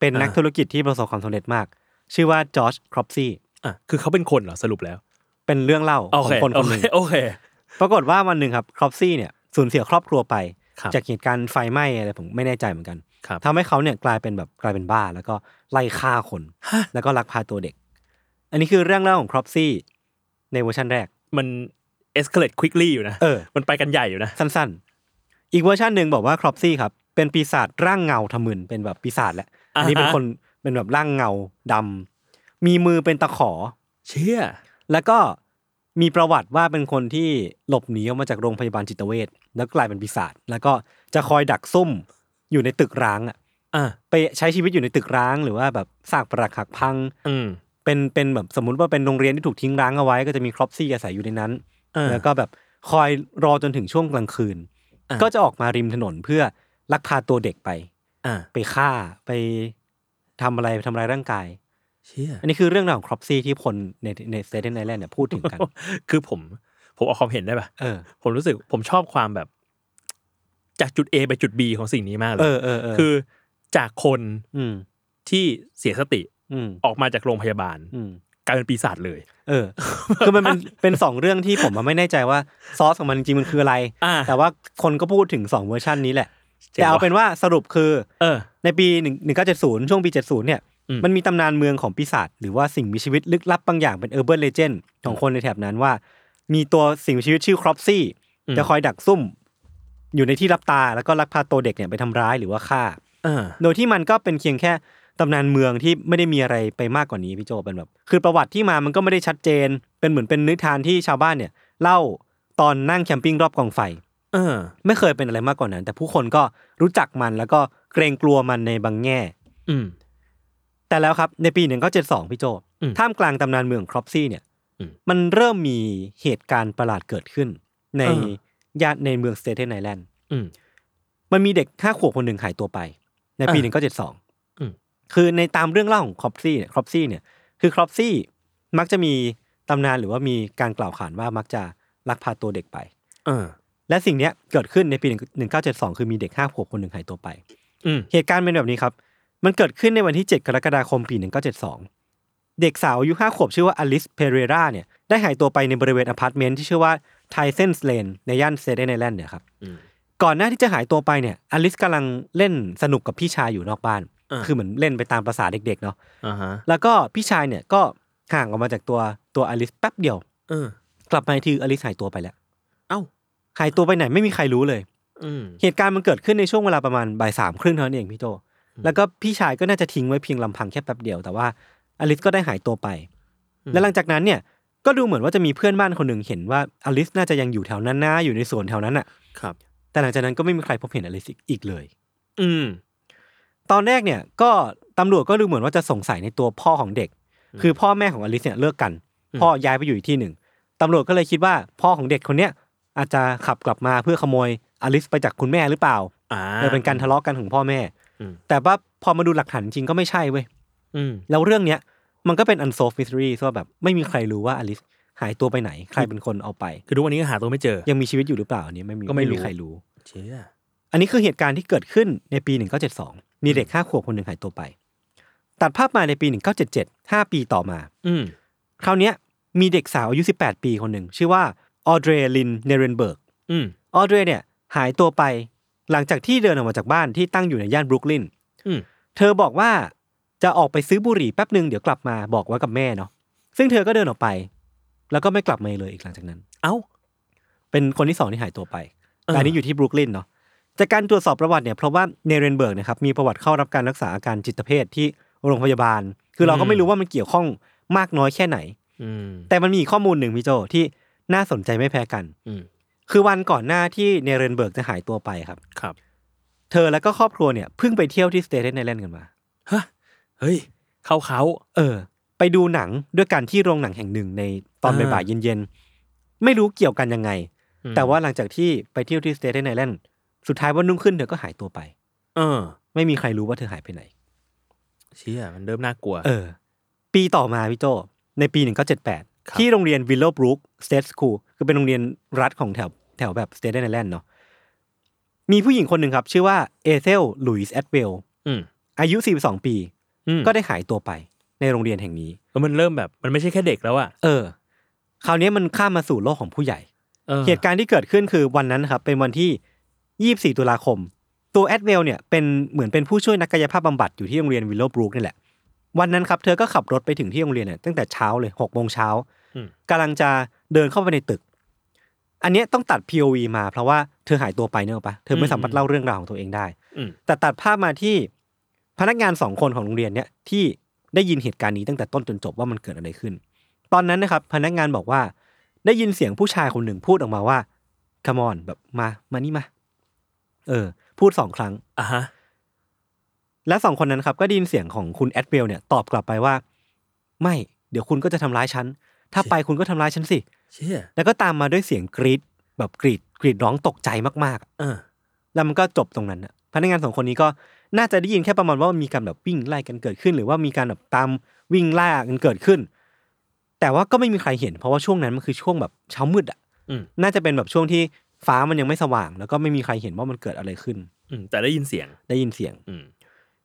เป็นนัก
อ่า
ธุรกิจที่ประสบความสำเร็จมาก ชื่อว่าจอร์จครอปซี่
อ่ะคือเขาเป็นคนเหรอ สรุปแล้ว
เป็นเรื่องเล่า
โอ
ขอ
เค
งคน
โอ
คนห
เค
นึ่ง
โอเค
ปรากฏว่าวันหนึ่งครับครอปซี่เนี่ยสูญเสียครอบครัวไป
ครับ
จากเหตุการณ์ไฟไหม้อะไรผมไม่แน่ใจเหมือนกัน
ครับ
ทำให้เขาเนี่ยกลายเป็นแบบกลายเป็นบ้า แล้วก็ไล่ฆ่าคน
ฮะ
แล้วก็ลักพาตัวเด็ก อันนี้คือเรื่องเล่าของครอปซี่ในเวอร์ชันแรก
มันเอ็กซ์เคเลตควิกลี่อยู่นะ
เออ
มันไปกันใหญ่อยู่นะ
สั้นๆ อีกเวอร์ชันหนึ่งบอกว่าครอปซี่ครับ เป็นปีศาจร่างเงาทะมึนเป็นแบบปีศาจแหละ อันนี้เป็น
อ่าฮะ
คนเป็นแบบร่างเงาดำมีมือเป็นตะขอ
เชี่ย
แล้วก็มีประวัติว่าเป็นคนที่หลบหนีออกมาจากโรงพยาบาลจิตเวชแล้วกลายเป็นปีศาจแล้วก็จะคอยดักซุ่มอยู่ในตึกร้างอะ
อ่ะ
ไปใช้ชีวิตอยู่ในตึกร้าง หรือว่าแบบซากปรักหักพัง
อืม
เป็นเป็นแบบสมมติว่าเป็นโรงเรียนที่ถูกทิ้งร้างเอาไว้ก็จะมีครอปซี่อาศัยอยู่ในนั้น
อ่ะ
แล้วก็แบบคอยรอจนถึงช่วงกลางคืน
อ่า
ก็จะออกมาริมถนนเพื่อลักพาตัวเด็กไป
อ่ะ
ไปฆ่าไปทำอะไรทำลายร่างกาย
เชี่ย
อันนี้คือเรื่องราวของครอปซี่ที่คนในในสเตเดนไอแลนด์เนี่ยพูดถึงกัน
คือผม ผมออกความเห็นได้ป่ะ
เออ
ผมรู้สึกผมชอบความแบบ จากจุด A ไปจุด B ของสิ่งนี้มากเล
เอย อเออเออ
คือจากคน
อืม
ที่เสียสติ
อืม
ออกมาจากโรงพยาบาล
อืม
กลายเป็นปีศาจเลย
เออ คือมัน เป็นเป็นสองเรื่องที่ผมอะไม่แน่ใจว่าซอสของมันจริงๆมันคืออะไร
อ่า
แต่ว่าคนก็พูดถึงสองเวอร์ชันนี้แหละ
จ๋ง
แต่เอาเป็นว่าสรุปคือ
เออ
ในปี 1970 ช่วงปี 70 เนี่ย
อืม
มันมีตำนานเมืองของปีศาจหรือว่าสิ่งมีชีวิตลึกลับบางอย่างเป็น Urban Legend ของคนในแถบนั้นว่า มีตัวสิ่งมีชีวิตชื่อครอปซี่จะคอยดักซุ่ม อยู่ในที่รับตาแล้วก็ลักพาตัวเด็กเนี่ยไปทำร้ายหรือว่าฆ่า
อ่า
โดยที่มันก็เป็นเพียงแค่ ตำนานเมืองที่ไม่ได้มีอะไรไปมากกว่านี้พี่โจเป็นแบบ คือประวัติที่มามันก็ไม่ได้ชัดเจน เป็นเหมือนเป็นนิทานที่ชาวบ้านเนี่ย เล่าตอนนั่งแคมปิ้งรอบกองไฟ
เออ
ไม่เคยเป็นอะไรมากกว่านั้น แต่ผู้คนก็รู้จักมันแล้วก็เกรงกลัวมันในบางแง่
อืม
แต่แล้วครับ ในปี 1972 พี่โจ
อืม
ท่ามกลางตำนานเมืองครอปซี่เนี่ย
อืม
มันเริ่มมีเหตุการณ์ประหลาดเกิดขึ้น ใน
เออ
ย่านในเมืองสเตเทนไอแลนด์
อืม
มันมีเด็กห้าขวบคนหนึ่งหายตัวไป ในปีห
อ่ะ
นึ่งเก้าเจ็ดสอง
อืม
คือในตามเรื่องเล่าของครอปซี่เนี่ยครอปซี่เนี่ยคือครอปซี่มักจะมีตำนานหรือว่ามีการกล่าวขานว่ามักจะลักพาตัวเด็กไป
เออ
และสิ่งเนี้ยเกิดขึ้นในปีหนึ่งเก้าเจ็ดสองคือมีเด็กห้าขวบคนหนึ่งหายตัวไป
อืม
เหตุการณ์เป็นแบบนี้ครับ มันเกิดขึ้นในวันที่ 7 กรกฎาคมปี 1972 เด็กสาวอายุ 5 ขวบชื่อว่าอลิส เพเรราเนี่ย ได้หายตัวไปในบริเวณอพาร์ตเมนต์ที่ชื่อว่าไทเซนส์เลนในย่านเซเดนไอแลนด์เนี่ยครับ
อืม
ก่อนหน้าที่จะหายตัวไปเนี่ย อลิสกำลังเล่นสนุกกับพี่ชายอยู่นอกบ้าน
อ่า
คือเหมือนเล่นไปตามประษาเด็กๆเนาะ
อ่าฮะ
แล้วก็พี่ชายเนี่ยก็ห่างออกมาจากตัวตัวอลิสแป๊บเดียว
เออ
กลับมาอีกทีอลิสหายตัวไปแล้ว
เอ้า
หายตัวไปไหนไม่มีใครรู้เลย
อืม
เหตุการณ์มันเกิดขึ้นในช่วงเวลาประมาณบ่ายสามครึ่งเท่านั้นเองพี่โจ แล้วก็พี่ชายก็น่าจะทิ้งไว้เพียงลำพังแค่แป๊บเดียว แต่ว่าอลิสก็ได้หายตัวไป
อืม
และหลังจากนั้นเนี่ยก็ดูเหมือนว่าจะมีเพื่อนบ้านคนหนึ่งเห็นว่าอลิสน่าจะยังอยู่แถวนั้นนะอยู่ในสวนแถวนั้นอ่ะ
ครับ
แต่หลังจากนั้นก็ไม่มีใครพบเห็นอลิสอีกเลย
อืม
ตอนแรกเนี่ยก็ตำรวจก็ดูเหมือนว่าจะสงสัยในตัวพ่อของเด็ก คือพ่อแม่ของอลิสเนี่ยเลิกกัน
อืม
พ่อย้ายไปอยู่อีกที่หนึ่งตำรวจก็เลยคิดว่าพ่อของเด็กคนเนี้ยอาจจะขับกลับมาเพื่อขโมยอลิสไปจากคุณแม่หรือเปล่า
อ่า
เลยเป็นการทะเลาะกันของพ่อแม่
อืม
แต่ว่าพอมาดูหลักฐานจริงก็ไม่ใช่เว้ย
อืม
แล้วเรื่องเนี้ยมันก็เป็น unsolved mystery ที่ว่าแบบไม่มีใครรู้ว่าอลิสหายตัวไปไหน ใครเป็นคนเอาไป
คือทุกวันนี้ก็หาตัวไม่เจอ
ยังมีชีวิตอยู่หรือเปล่าอันนี้ไม่มี
ก็ไม่รู้
ใครรู้
เชี่ย
อันนี้คือเหตุการณ์ที่เกิดขึ้นในปี 1972 มีเด็กห้าขวบคนหนึ่งหายตัวไป ตัดภาพมาในปี 1977 5 ปีต่อมา
อืม
คราวเนี้ยมีเด็กสาวอายุ 18 ปีคนหนึ่งชื่อว่าออเดรลินเนเรนเบิร์ก
อืม
ออเดรเนี่ยหายตัวไปหลังจากที่เดินออกมาจากบ้านที่ตั้งอยู่ในย่านบรุกลิน
อืม
เธอบอกว่าจะออกไปซื้อบุหรี่แป๊บหนึ่งเดี๋ยวกลับมาบอกไว่ากับแม่เนาะซึ่งเธอก็เดินออกไป แล้วก็ไม่กลับมาเลยอีกหลังจากนั้น
เอ้า
เป็นคนที่สองที่หายตัวไป
เออ
แต่อันนี้อยู่ที่บรุกลินเนาะจากการตรวจสอบประวัติเนี่ยเพราะว่าเนเรนเบิร์กเนะครับมีประวัติเข้ารับการรักษาอาการจิตเภทที่โรงพยาบาล คือเราก็ไม่รู้ว่ามันเกี่ยวข้องมากน้อยแค่ไหน
อืม
แต่มันมีอีกข้อมูลหนึ่งพี่โจที่น่าสนใจไม่แพ้กัน
อืม
คือวันก่อนหน้าที่เนเรนเบิร์กจะหายตัวไปครับ
ครับ
เธอแล้วก็ครอบครัวเนี่ยเพิ่งไปเที่ยวที่สเตเทนไอแลนด์กันมา
ฮะ เฮ้ย เข้าเขา
เออ ไปดูหนังด้วยกันที่โรงหนังแห่งหนึ่งในตอน
อ่า
บ่ายๆเย็นๆ ไม่รู้เกี่ยวกันยังไง
อืม
แต่ว่าหลังจากที่ไปเที่ยวที่สเตเทนไอแลนด์สุดท้ายวันนุ่งขึ้นเธอก็หายตัวไป
เออ
ไม่มีใครรู้ว่าเธอหายไปไหน
เชี่ยมันเริ่มน่ากลัว
เออ ปีต่อมาพี่โจในปี
ครับ
1978 ที่โรงเรียนวิลโลบรูคสเตทสคูลคือเป็นโรงเรียนรัฐของแถวแถวแบบสเตเทนไอแลนด์เนาะมีผู้หญิงคนหนึ่งครับ ชื่อว่าเอเซลลุยส์แอดเวล
อืม
อายุ 42 ปี
อืม
ก็ได้หายตัวไปในโรงเรียนแห่งนี้
แล้วมันเริ่มแบบ มันไม่ใช่แค่เด็กแล้วอะ
เออ คราวนี้มันข้ามมาสู่โลกของผู้ใหญ่
ออ
เหตุการณ์ที่เกิดขึ้นคือวันนั้นนะครับ เป็นวันที่ 24 ตุลาคม ตัวแอดเวลเนี่ยเป็นเหมือนเป็นผู้ช่วยนักกายภาพบำบัดอยู่ที่โรงเรียนวิลโลบรูกนี่แหละ วันนั้นครับ เธอก็ขับรถไปถึงที่โรงเรียนเนี่ยตั้งแต่เช้าเลย6โมงเช้า
อืม
กำลังจะเดินเข้าไปในตึก อันเนี้ยต้องตัด POV มาเพราะว่าเธอหายตัวไปเนอะปะเธอไม่สามารถเล่าเรื่องราวของตัวเองได้
อืม
แต่ตัดภาพมาที่พนักงานสองคนของโรงเรียนเนี่ยที่ได้ยินเหตุการณ์นี้ตั้งแต่ต้นจนจบว่ามันเกิดอะไรขึ้น ตอนนั้นนะครับ พนักงานบอกว่า ได้ยินเสียงผู้ชายคนหนึ่งพูดออกมาว่า come on แบบมามานี่มา เออ พูดสองครั้ง
อ่ะฮะ
และสองคนนั้นครับ ก็ได้ยินเสียงของคุณแอดเบลเนี่ยตอบกลับไปว่า ไม่ เดี๋ยวคุณก็จะทำร้ายฉัน ถ้าไปคุณก็ทำร้ายฉันสิ
เชี่ย
แล้วก็ตามมาด้วยเสียงกรีดแบบกรีดกรีดร้องตกใจมากๆ
เออ
แล้วมันก็จบตรงนั้นน่ะพนักงานสองคนนี้ก็น่าจะได้ยินแค่ประมาณว่ามีการแบบวิ่งไล่กันเกิดขึ้น หรือว่ามีการแบบตามวิ่งล่ากันเกิดขึ้น แต่ว่าก็ไม่มีใครเห็น เพราะว่าช่วงนั้นมันคือช่วงแบบเช้ามืดอ่ะ
อืม
น่าจะเป็นแบบช่วงที่ฟ้ามันยังไม่สว่าง แล้วก็ไม่มีใครเห็นว่ามันเกิดอะไรขึ้น
อืม แต่ได้ยินเสียง
ได้ยินเสียง
อืม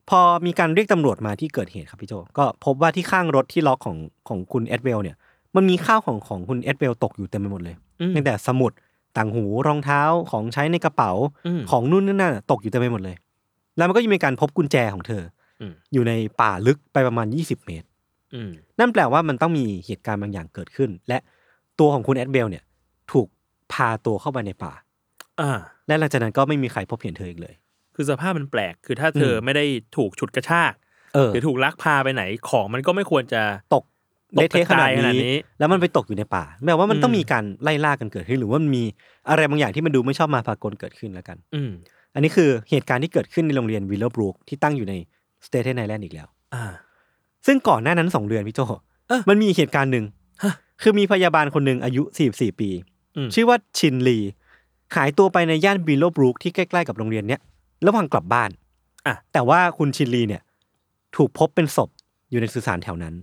พอมีการเรียกตำรวจมาที่เกิดเหตุครับพี่โจก็พบว่าที่ข้างรถที่ล็อกของของคุณเอ็ดเวลเนี่ย มันมีข้าวของของคุณเอ็ดเวลตกอยู่เต็มไปหมดเลย
อืม
ตั้งแต่สมุดต่างหูรองเท้าของใช้ในกระเป๋า
อืม
ของนู่นนี่นั่นอะตกอยู่เต็มไปหมดเลย แล้วมันก็ยังมีการพบกุญแจของเธออ
ม
อยู่ในป่าลึกไปประมาณ 20 เมตร
อืม
นั่นแปลว่ามันต้องมีเหตุการณ์บางอย่างเกิดขึ้น และตัวของคุณเอ็ดเวลเนี่ย ถูกพาตัวเข้าไปในป่า
อ่า
และหลังจากนั้นก็ไม่มีใครพบเห็นเธออีกเลย
คือสภาพมันแปลก คือถ้าเธออ
ม
ไม่ได้ถูกฉุดกระชาก
เออ
หรือถูกลักพาไปไหนของมันก็ไม่ควรจะ
ตก
ตก
เละเทะขนาด
กระจายขนาดนี้
นี้ แล้วมันไปตกอยู่ในป่าแม้ว่ามัน
อืม
ต้องมีการไล่ล่ากันเกิดขึ้น หรือว่ามีอะไรบางอย่างที่มันดูไม่ชอบมาพากลเกิดขึ้นแล้วกัน
อืม
อันนี้คือเหตุการณ์ที่เกิดขึ้นในโรงเรียนวิลเลอร์บรูคที่ตั้งอยู่ในสเตทเ n นไอแลนด์อีกแล้ว
อ่า
ซึ่งก่อนหน้านั้นสองเดือนพี่โจ
เอ้อ
มันมีเหตุการณ์หนึ่ง
ฮะ
คือมีพยาบาลคนหนึ่งอายุ 44 ปี
อืม
ชื่อว่าชินลีขายตัวไปในย่านบิลโลบรูคที่ใกล้ๆกับโรงเรียนเนี้ยระหว่างกลับบ้าน
อ่ะ
แต่ว่าคุณชินลีเนี่ย ถูกพบเป็นศพอยู่ในสุสานแถวนั้น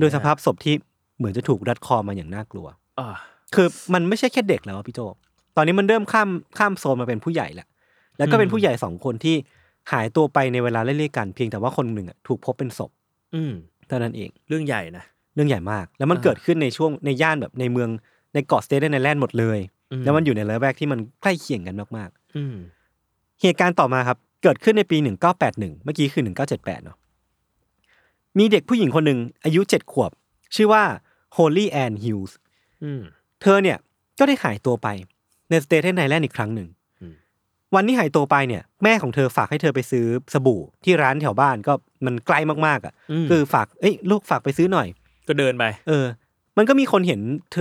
โดยสภาพศพที่เหมือนจะถูกรัดคอมาอย่างน่ากลัว
อ่า
คือมันไม่ใช่แค่เด็กแล้วอะพี่โจ ตอนนี้มันเริ่มข้ามข้ามโซนมาเป็นผู้ใหญ่แล้ว แล้วก็เป็นผู้ใหญ่สองคนที่หายตัวไปในเวลาไล่เลี่ยกันเพียงแต่ว่าคนหนึ่งอะถูกพบเป็นศพ
อืม
เท่านั้นเอง
เรื่องใหญ่นะ
เรื่องใหญ่มาก แล้วมัน
อ่า
เกิดขึ้นในช่วงในย่านแบบในเมืองในเกาะสเตทในแลนด์หมดเลย
อืม
แล้วมันอยู่ในระแวกที่มันใกล้เคียงกันมาก
อืม
ๆ เหตุการณ์ต่อมาครับ เกิดขึ้นในปี 1981 เมื่อกี้คือ 1978 เนาะมีเด็กผู้หญิงคนหนึ่งอายุ 7 ขวบ ชื่อว่า Holy Ann Hughes
อืม
เธอเนี่ยก็ได้หายตัวไปในสเตทในแลนด์อีกครั้งหนึ่ง
อืม
วันที่หายตัวไปเนี่ย แม่ของเธอฝากให้เธอไปซื้อสบู่ที่ร้านแถวบ้านก็มันไกลมากๆอ่ะ
คื
คือ อฝากเอ้ยลูกฝากไปซื้อหน่อย
ก็เดินไป
เออ มันก็มีคนเห็น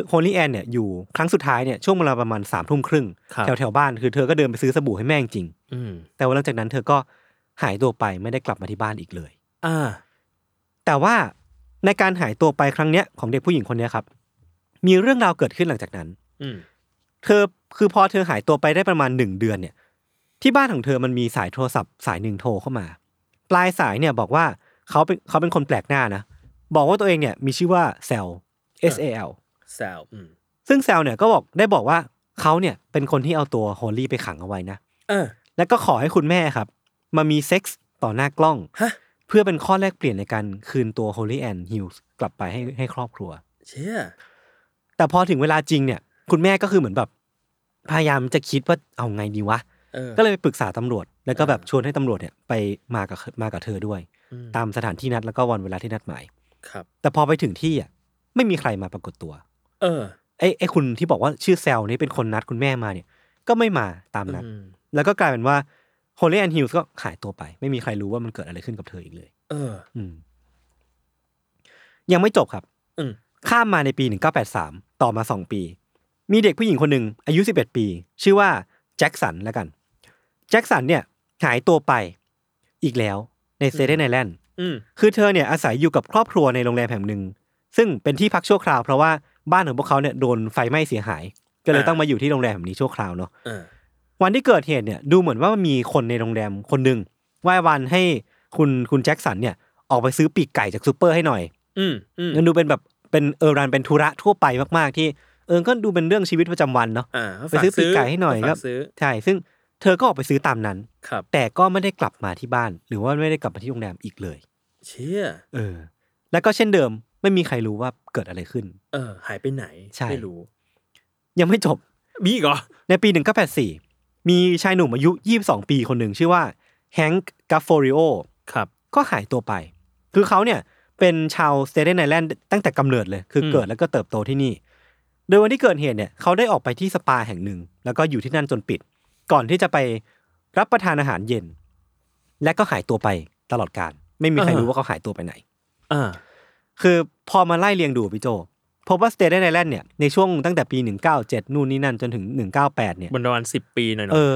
โฮลี่แอนเนี่ยอยู่ครั้งสุดท้ายเนี่ยช่วงเวลาประมาณสามทุ่มครึ่ง
ครับ
แถวแถวบ้านคือเธอก็เดินไปซื้อสบู่ให้แม่จริง
อืม
แต่ว่าหลังจากนั้นเธอก็หายตัวไปไม่ได้กลับมาที่บ้านอีกเลย
อ่า
แต่ว่าในการหายตัวไปครั้งเนี้ยของเด็กผู้หญิงคนเนี้ยครับ มีเรื่องราวเกิดขึ้นหลังจากนั้น
อืม
เธอคือพอเธอหายตัวไปได้ประมาณหนึ่งเดือนเนี่ย ที่บ้านของเธอมันมีสายโทรศัพท์สายหนึ่งโทรเข้ามา ปลายสายเนี่ยบอกว่าเขาเป็นเขาเป็นคนแปลกหน้านะบอกว่าตัวเองเนี่ยมีชื่อว่าแซล S A L
แซวอืม
ซึ่งแซลเนี่ยก็บอกได้บอกว่าเขาเนี่ยเป็นคนที่เอาตัวโฮลี่ไปขังเอาไว้นะ
เออ
แล้วก็ขอให้คุณแม่ครับ มามีเซ็กส์ต่อหน้ากล้อง
ฮะ
เพื่อเป็นข้อแลกเปลี่ยนในการคืนตัวโฮลี่แอนฮิลส์กลับไปให้ให้ครอบครัว
เชี่ย
แต่พอถึงเวลาจริงเนี่ย คุณแม่ก็คือเหมือนแบบ พยายามจะคิดว่าเอาไงดีวะ
เออ
ก็เลยไปปรึกษาตำรวจ แล้วก็แบบชวนให้ตำรวจเนี่ยไปมากับมากับเธอด้วย
อืม
ตามสถานที่นัดแล้วก็วันเวลาที่นัดหมาย
ครับ
แต่พอไปถึงที่อ่ะไม่มีใครมาปรากฏตัว
เออ
ไอ้ไอ้คุณที่บอกว่าชื่อแซลนี่เป็นคนนัดคุณแม่มาเนี่ย ก็ไม่มาตามนัด
อืม
แล้วก็กลายเป็นว่าโฮลี่แอนฮิลส์ก็หายตัวไป ไม่มีใครรู้ว่ามันเกิดอะไรขึ้นกับเธออีกเลย
เออ
อืม ยังไม่จบครับ
อืม
ข้ามมาในปี 1983 ต่อมา 2 ปี มีเด็กผู้หญิงคนหนึ่งอายุ 11 ปี ชื่อว่าแจ็คสันแล้วกัน แจ็คสันเนี่ยหายตัวไปอีกแล้วในเซเดนไอแลนด์
อืม
คือเธอเนี่ยอาศัยอยู่กับครอบครัวในโรงแรมแห่งหนึ่ง ซึ่งเป็นที่พักชั่วคราวเพราะว่าบ้านของพวกเขาเนี่ยโดนไฟไหม้เสียหาย ก็เลย
อ่า
ต้องมาอยู่ที่โรงแรมแห่งนี้ชั่วคราวเนาะ
เออ
วันที่เกิดเหตุเนี่ยดูเหมือนว่ามีคนในโรงแรมคนหนึ่งว่าวันให้คุณคุณแจ็คสันเนี่ยออกไปซื้อปีกไก่จากซูเปอร์ให้หน่อย
อืม อืม
มันดูเป็นแบบเป็นเออรันเป็นธุระทั่วไปมากๆ ที่เออก็ดูเป็นเรื่องชีวิตประจำวันเนาะ
อ่า
ไปซื้อปีกไก่ให้หน่อย
ค
ก็
รับซื้อ
ใช่ซึ่งเธอก็ออกไปซื้อตามนั้น
ครับ
แต่ก็ไม่ได้กลับมาที่บ้าน หรือว่าไม่ได้กลับมาที่โรงแรมอีกเลย
เชี่ย
เออ แล้วก็เช่นเดิมไม่มีใครรู้ว่าเกิดอะไรขึ้น
เออ หายไปไหน
ใช่
ไม่รู้
ยังไม่จบ
มีอีกเหรอ
ในปี 1984 มีชายหนุ่มอายุ 22 ปีคนหนึ่งชื่อว่าแฮงก์กาฟ o ริโอ
ครับ
ก็หายตัวไป คือเขาเนี่ยเป็นชาวสเตเดนไอแลนด์ตั้งแต่กำเนิดเลย คืออ
ม
เกิดแล้วก็เติบโตที่นี่ โดยวันที่เกิดเหตุเนี่ยเขาได้ออกไปที่สปาแห่งหนึ่ง แล้วก็อยู่ที่นั่นจนปิด ก่อนที่จะไปรับประทานอาหารเย็น และก็หายตัวไปตลอดการ ไม่มีใครรู้ว่าเขาหายตัวไปไหน
อ่า
คือพอมาไล่เรียงดูพี่โจพบว่าสเตเดนไอแลนด์เนี่ยในช่วงตั้งแต่ปี 197 นู่นนี่นั่นจนถึง 198 เนี่ย
บนประมาณสิบปีหน่อย
เอ
เนาะ
อ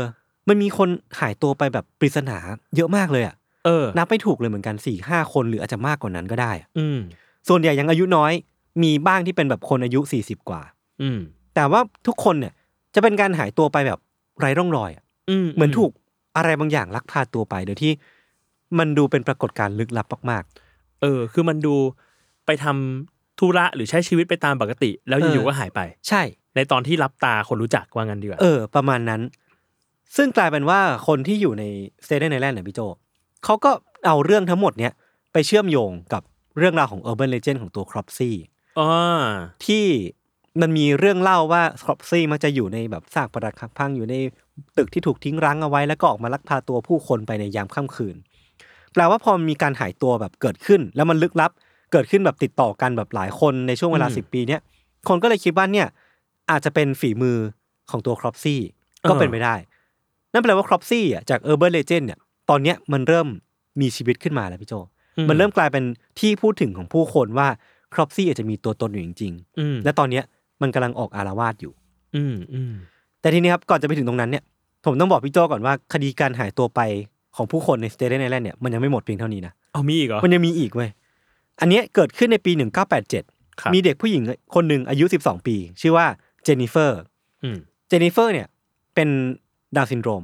มันมีคนหายตัวไปแบบปริศนาเยอะมากเลยอะ
เออ
นับไม่ถูกเลยเหมือนกัน4ี่ห้าคนหรืออาจจะมากกว่านั้นก็ได้อะ
อืม
ส่วนใหญ่ยังอายุน้อย มีบ้างที่เป็นแบบคนอายุ 40 กว่า
อืม
แต่ว่าทุกคนเนี่ยจะเป็นการหายตัวไปแบบไร้ร่องรอยอะ
อืม
เหมือนถูกอะไรบางอย่างลักพาตัวไปโดยที่มันดูเป็นปรากฏการณ์ลึกลับมาก
เออ คือมันดูไปทำธุระหรือใช้ชีวิตไปตามปกติ แล้ว
เอ
อ
อ
ยู่ๆก็หายไป
ๆ ใช่
ในตอนที่รับตาคนรู้จักว่างั้นดีกว่า
เออ ประมาณนั้น ซึ่งกลายเป็นว่าคนที่อยู่ในสเตเดนไอแลนด์เนี่ยพี่โจเขาก็เอาเรื่องทั้งหมดเนี่ยไปเชื่อมโยงกับเรื่องราวของ Urban Legend ของตัวครอปซี่
อ๋อ
ที่มันมีเรื่องเล่าว่าครอปซี่มันจะอยู่ในแบบซากปรักหักพังอยู่ในตึกที่ถูกทิ้งร้างเอาไว้ แล้วก็ออกมาลักพาตัวผู้คนไปในยามค่ำคืน แปลว่าพอมีการหายตัวแบบเกิดขึ้น แล้วมันลึกลับเกิดขึ้นแบบติดต่อกันแบบหลายคนในช่วงเวลา
อืม
สิบปีเนี้ยคนก็เลยคิดว่าเนี่ยอาจจะเป็นฝีมือของตัวครอปซี่ก็เป็น
เออ
ไปได้ นั่นแปลว่าครอปซี่อ่ะจากเออร์เบิร์เลเจนเนี่ยตอนเนี้ยมันเริ่ม มีชีวิตขึ้นมาแล้วพี่โจ มันเริ่มกลายเป็นที่พูดถึงของผู้คนว่าครอปซี่อาจจะมีตัวตนอยู่จริง
อืม
ๆ และตอนเนี้ยมันกำลังออกอารวาสอยู่
อืมอืม
แต่ทีนี้ครับก่อนจะไปถึงตรงนั้นเนี่ยผมต้องบอกพี่โจก่อนว่าคดีการหายตัวไปของผู้คนในสเตเดนไอแลนด์เนี่ยมันยังไม่หมดเพียงเท่านี้นะ
เอามีอีกเหรอ
มันยังมีอีกเว้ย อันเนี้ยเกิดขึ้นในปี 1987
ครับ
มีเด็กผู้หญิงคนหนึ่งอายุ 12 ปี ชื่อว่าเจนนิเฟอร์
อืม
เจนนิเฟอร์เนี่ยเป็นดาวน์ซินโดรม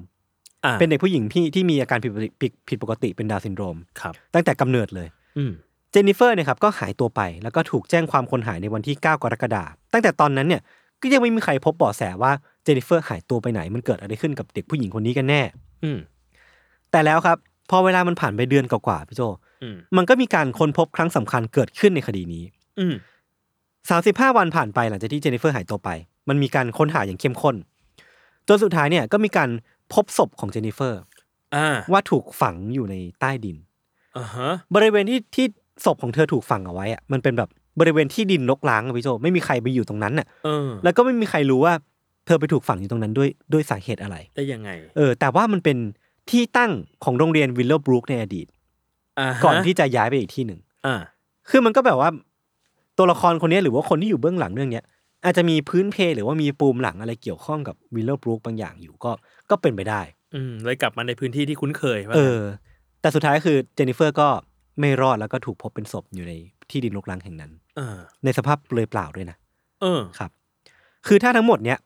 อ่า
เป็นเด็กผู้หญิงที่ที่มีอาการผิดปกติผิดผิดปกติเป็นดาวน์ซินโดรม
ครับ
ตั้งแต่กำเนิดเลย
อืม
เจนนิเฟอร์เนี่ยครับก็หายตัวไป แล้วก็ถูกแจ้งความคนหายในวันที่ 9 กรกฎาคมตั้งแต่ตอนนั้นเนี่ยก็ยังไม่มีใครพบเบาะแสว่าเจนนิเฟอร์หายตัวไปไหน มันเกิดอะไรขึ้นกับเด็กผู้หญิงคนนี้กันแน่
อืม
แต่แล้วครับ พอเวลามันผ่านไปเดือนกว่าๆพี่โจ
อืม
มันก็มีการค้นพบครั้งสำคัญเกิดขึ้นในคดีนี้
อืม
35 วันผ่านไปหลังจากที่เจนนิเฟอร์หายตัวไป มันมีการค้นหาอย่างเข้มข้นจนสุดท้ายเนี่ยก็มีการพบศพของเจนนิเฟอร์
อ่า
ว่าถูกฝังอยู่ในใต้ดิน
อ่าฮะ
บริเวณที่ที่ศพของเธอถูกฝังเอาไว้อะมันเป็นแบบบริเวณที่ดินรกร้างอะพี่โจไม่มีใครไปอยู่ตรงนั้นน่ะ
เออ
แล้วก็ไม่มีใครรู้ว่าเธอไปถูกฝังอยู่ตรงนั้นด้วยด้วยสาเหตุอะไร
ได้ยังไง
เออ แต่ว่ามันเป็นที่ตั้งของโรงเรียนวิลเลอร์บรูคในอดีต
อ่าฮะ
ก่อนที่จะย้ายไปอีกที่หนึ่ง
อ่า
คือมันก็แบบว่าตัวละครคนเนี้ยหรือว่าคนที่อยู่เบื้องหลังเรื่องเนี้ยอาจจะมีพื้นเพหรือว่ามีปูมหลังอะไรเกี่ยวข้องกับวิลเลอร์บรูคบางอย่างอยู่ก็ก็เป็นไปได้
อืมเลยกลับมาในพื้นที่ที่คุ้นเคยว่า
เออ แต่สุดท้ายคือเจนนิเฟอร์ก็ไม่รอดแล้วก็ถูกพบเป็นศพอยู่ในที่ดินรกร้างแห่งนั้น
เออ
ในสภาพเปลือยเปล่าด้วยนะ
เออ
ครับ คือถ้าทั้งหมดเนี้ย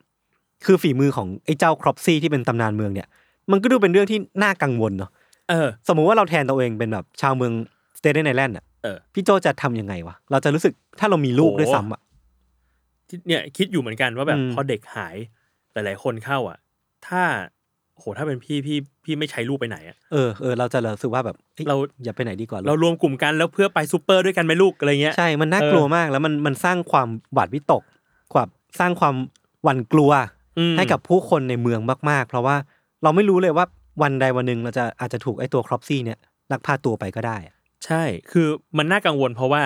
คือฝีมือของไอ้เจ้าครอปซี่ที่เป็นตำนานเมืองเนี่ย มันก็ดูเป็นเรื่องที่น่ากังวลเนาะ
เออ
สมมุติว่าเราแทนตัวเองเป็นแบบชาวเมืองสเต t เ n นไอแลนด์อ่ะ
เออ
พี่โจจะทำยังไงวะ เราจะรู้สึกถ้าเรามีลูกด้วยซ้ำอ่ะ
ที่เนี่ยคิดอยู่เหมือนกันว่าแบบ
อืม
พอเด็กหายหลายๆคนเข้าอ่ะ ถ้าโหถ้าเป็นพี่พี่พี่ไม่ใช้ลูกไปไหนอ่ะ
เออ เออ เราจะรู้สึกว่าแบบอ้ย
เรา
อย่าไปไหนดีกว่า
เรารวมกลุ่มกันแล้วเพื่อไปซูเปอร์ด้วยกันไหมลูกอะไรเงี้ย
ใช่ มันน่ากลัวมาก แล้วมันมันสร้างความหวาดวิตกความสร้างความหวั่นกลัว
อืม
ให้กับผู้คนในเมืองมาก ๆ เพราะว่าเราไม่รู้เลยว่าวันใดวันหนึ่งเราจะอาจจะถูกไอ้ตัวครอปซี่เนี่ยลักพาตัวไปก็ได้อะ
ใช่ คือมันน่ากังวลเพราะว่า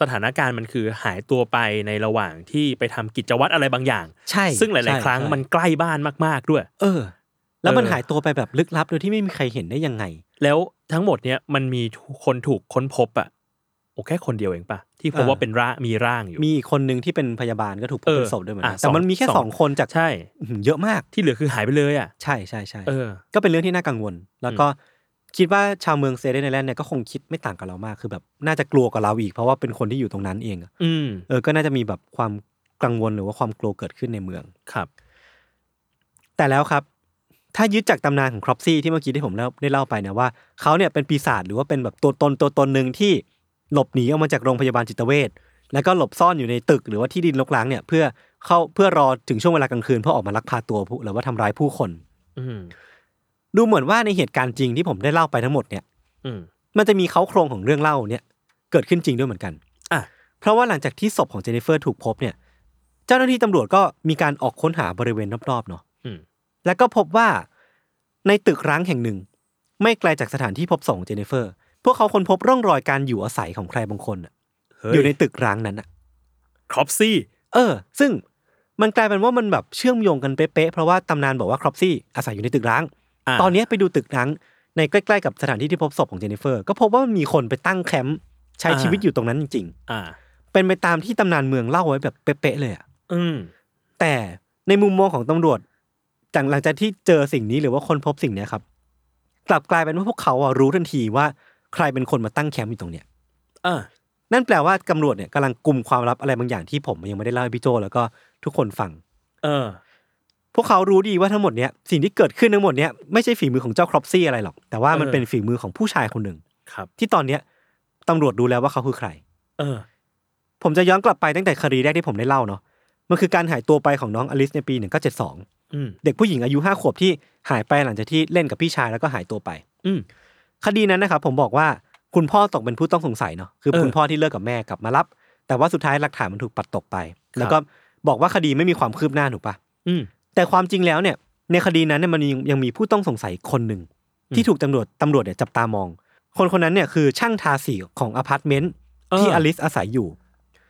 สถานการณ์มันคือหายตัวไปในระหว่างที่ไปทำกิจวัตรอะไรบางอย่าง
ใช่
ซึ่งหลาย
ใช่
ๆ ครั้ง
ใช่
มันใกล้บ้านมาก ๆ ด้วย
เออ แล้วมัน
เออ
หายตัวไปแบบลึกลับโดยที่ไม่มีใครเห็นได้ยังไง
แล้วทั้งหมดเนี้ยมันมีคนถูกค้นพบอ่ะโอ้แค่คนเดียวเองปะที่พบ
เออ
ว่าเป็นร่างมีร่างอยู่
มีอีกคนหนึ่งที่เป็นพยาบาลก็ถูกพบเป็นศพด้วยเหมือนกั
เออน อ่ะ
แต่มัน
สอง
มีแค่
สอง
สองคนจาก
ใช่
อื้อหือเยอะมาก
ที่เหลือคือหายไปเลยอ่ะ
ใช่ใช่ใช่
เออ
ก็เป็นเรื่องที่น่ากังวล แล้วก็คิดว่าชาวเมืองเซเดนไอแลนด์เนี่ยก็คงคิดไม่ต่างกับเรามาก คือแบบน่าจะกลัวกว่าเราอีก เพราะว่าเป็นคนที่อยู่ตรงนั้นเองอะ
อืม
เออ ก็น่าจะมีแบบความกังวลหรือว่าความกลัวเกิดขึ้นในเมือง
ครับ
แต่แล้วครับ ถ้ายึดจากตำนานของครอปซี่ที่เมื่อกี้ที่ผมเล่าได้เล่าไปนะว่าเขาเนี่ยเป็นปีศาจหรือว่าเป็นแบบตัวตนตัวตนหนึ่งที่หลบหนีออกมาจากโรงพยาบาลจิตเวชแล้วก็หลบซ่อนอยู่ในตึกหรือว่าที่ดินรกร้างเนี่ยเพื่อเข้าเพื่อรอถึงช่วงเวลากลางคืนเพื่อออกมาลักพาตัวผู้หรือว่าทำร้ายผู้คน
อืม
ดูเหมือนว่าในเหตุการณ์จริงที่ผมได้เล่าไปทั้งหมดเนี่ย
อืม
มันจะมีเขาโครงของเรื่องเล่าเนี่ยเกิดขึ้นจริงด้วยเหมือนกัน
อ่ะ
เพราะว่าหลังจากที่ศพของเจนนิเฟอร์ถูกพบเนี่ย เจ้าหน้าที่ตำรวจก็มีการออกค้นหาบริเวณรอบๆเนาะ
อืม
แล้วก็พบว่าในตึกร้างแห่งหนึ่ง ไม่ไกลจากสถานที่พบศพของเจเนฟเฟอร์ พวกเขาค้นพบร่องรอยการอยู่อาศัยของใครบางคนน่ะ
เฮ้ย
อยู่ในตึกร้างนั้นน่ะ
ครอปซี่
เออ ซึ่งมันกลายเป็นว่ามันแบบเชื่อมโยงกันเป๊ะๆเพราะว่าตำนานบอกว่าครอปซี่อาศัยอยู่ในตึกร้าง
อ่า
ตอนเนี้ยไปดูตึกร้างในใกล้ๆกับสถานที่ที่พบศพของเจเนฟเฟอร์ ก็พบว่ามันมีคนไปตั้งแคมป์ใช้ชีวิตอยู่ตรงนั้นจริง
อ่า
ๆ เป็นไปตามที่ตำนานเมืองเล่าไว้แบบเป๊ะๆเลยอะ
อืม
แต่ในมุมมองของตำรวจจากหลังจากที่เจอสิ่งนี้หรือว่าคนพบสิ่งเนี้ยครับ กลับกลายเป็นว่าพวกเขาอะรู้ทันทีว่าใครเป็นคนมาตั้งแคมป์อยู่ตรงเนี้ย
อ่า
นั่นแปลว่าตำรวจเนี่ยกำลังกลุ่มความลับอะไรบางอย่างที่ผมยังไม่ได้เล่าให้พี่โจแล้วก็ทุกคนฟัง
เออ
พวกเขารู้ดีว่าทั้งหมดเนี้ยสิ่งที่เกิดขึ้นทั้งหมดเนี้ยไม่ใช่ฝีมือของเจ้าครอปซี่อะไรหรอก แต่ว่ามัน
เออ
เป็นฝีมือของผู้ชายคนหนึ่ง
ครับ
ที่ตอนเนี้ยตำรวจรู้แล้วว่าเขาคือใคร
เออ
ผมจะย้อนกลับไปตั้งแต่คดีแรกที่ผมได้เล่าเนาะมันคือการหายตัวไปของน้องอลิซในปี 1972
อืม
เด็กผู้หญิงอายุห้าขวบที่หายไปหลังจากที่เล่นกับพี่ชายแล้วก็หายตัวไป
อืม
คดีนั้นนะครับผมบอกว่าคุณพ่อตกเป็นผู้ต้องสงสัยเนาะคือ
เออ
คุณพ่อที่เลิกกับแม่กลับมารับ แต่ว่าสุดท้ายหลักฐานมันถูกปัดตกไป แล้วก็บอกว่าคดีไม่มีความคืบหน้าถูกปะ
อืม
แต่ความจริงแล้วเนี่ยในคดีนั้นเนี่ยมันยังยังมีผู้ต้องสงสัยคนหนึ่ง ที่
อืม
ถูกตำรวจตำรวจเนี่ยจับตามอง คนคนนั้นเนี่ยคือช่างทาสีของอพาร์ตเมนต์ที่
เอออ
อลิสอาศัยอยู่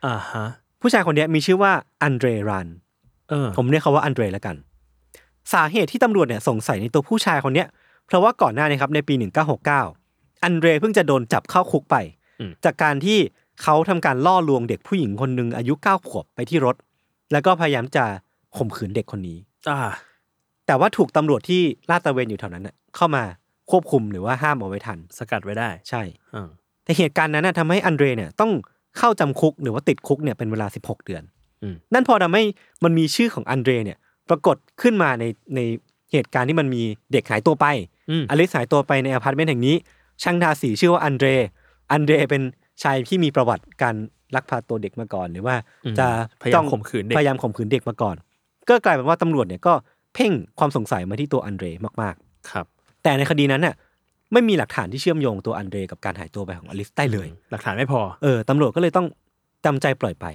อ่าฮะ
ผู้ชายคนเนี้ยมีชื่อว่าอันเดรรัน
เออ
ผมเรียกเขาว่าอันเดรแล้วกัน สาเหตุที่ตำรวจเนี่ยสงสัยในตัวผู้ชายคนเนี้ย เพราะว่าก่อนหน้านี้ครับในปี 1969 อันเดรเพิ่งจะโดนจับเข้าคุกไป
อืม
จากการที่เขาทำการล่อลวงเด็กผู้หญิงคนหนึ่งอายุเก้าขวบไปที่รถ แล้วก็พยายามจะข่มขืนเด็กคนนี้
อ่า
แต่ว่าถูกตำรวจที่ลาดตระเวนอยู่แถวนั้นน่ะเข้ามาควบคุมหรือว่าห้ามเอาไว้ทัน
สกัดไว้ได้
ใช่
อ่า
แต่เหตุการณ์นั้นนะทำให้อันเดรเนี่ยต้องเข้าจำคุกหรือว่าติดคุกเนี่ยเป็นเวลา 16 เดือน
อืม
นั่นพอทำให้มันมีชื่อของอันเดรเนี่ยปรากฏขึ้นมาในในเหตุการณ์ที่มันมีเด็กหายตัวไป
อืม
อลิสหายตัวไปในอพาร์ตเมนต์แห่งนี้ ช่างทาสีชื่อว่าอันเดร อันเดรเป็นชายที่มีประวัติการลักพาตัวเด็กมาก่อน หรือว่าจะ
พยายา
จ้อ
ม
ง
ข่มขืนเด็ก
พยายามข่มขืนเด็กมาก่อน ก็กลายเป็นว่าตำรวจเนี่ยก็เพ่งความสงสัยมาที่ตัวอันเดรมาก
ครับ
ๆ แต่ในคดีนั้นน่ะไม่มีหลักฐานที่เชื่อมโยงตัวอันเดรกับการหายตัวไปของอลิสได้เลย
หลักฐานไม่พอ
เออตำรวจก็เลยต้องจำใจปล่อยไป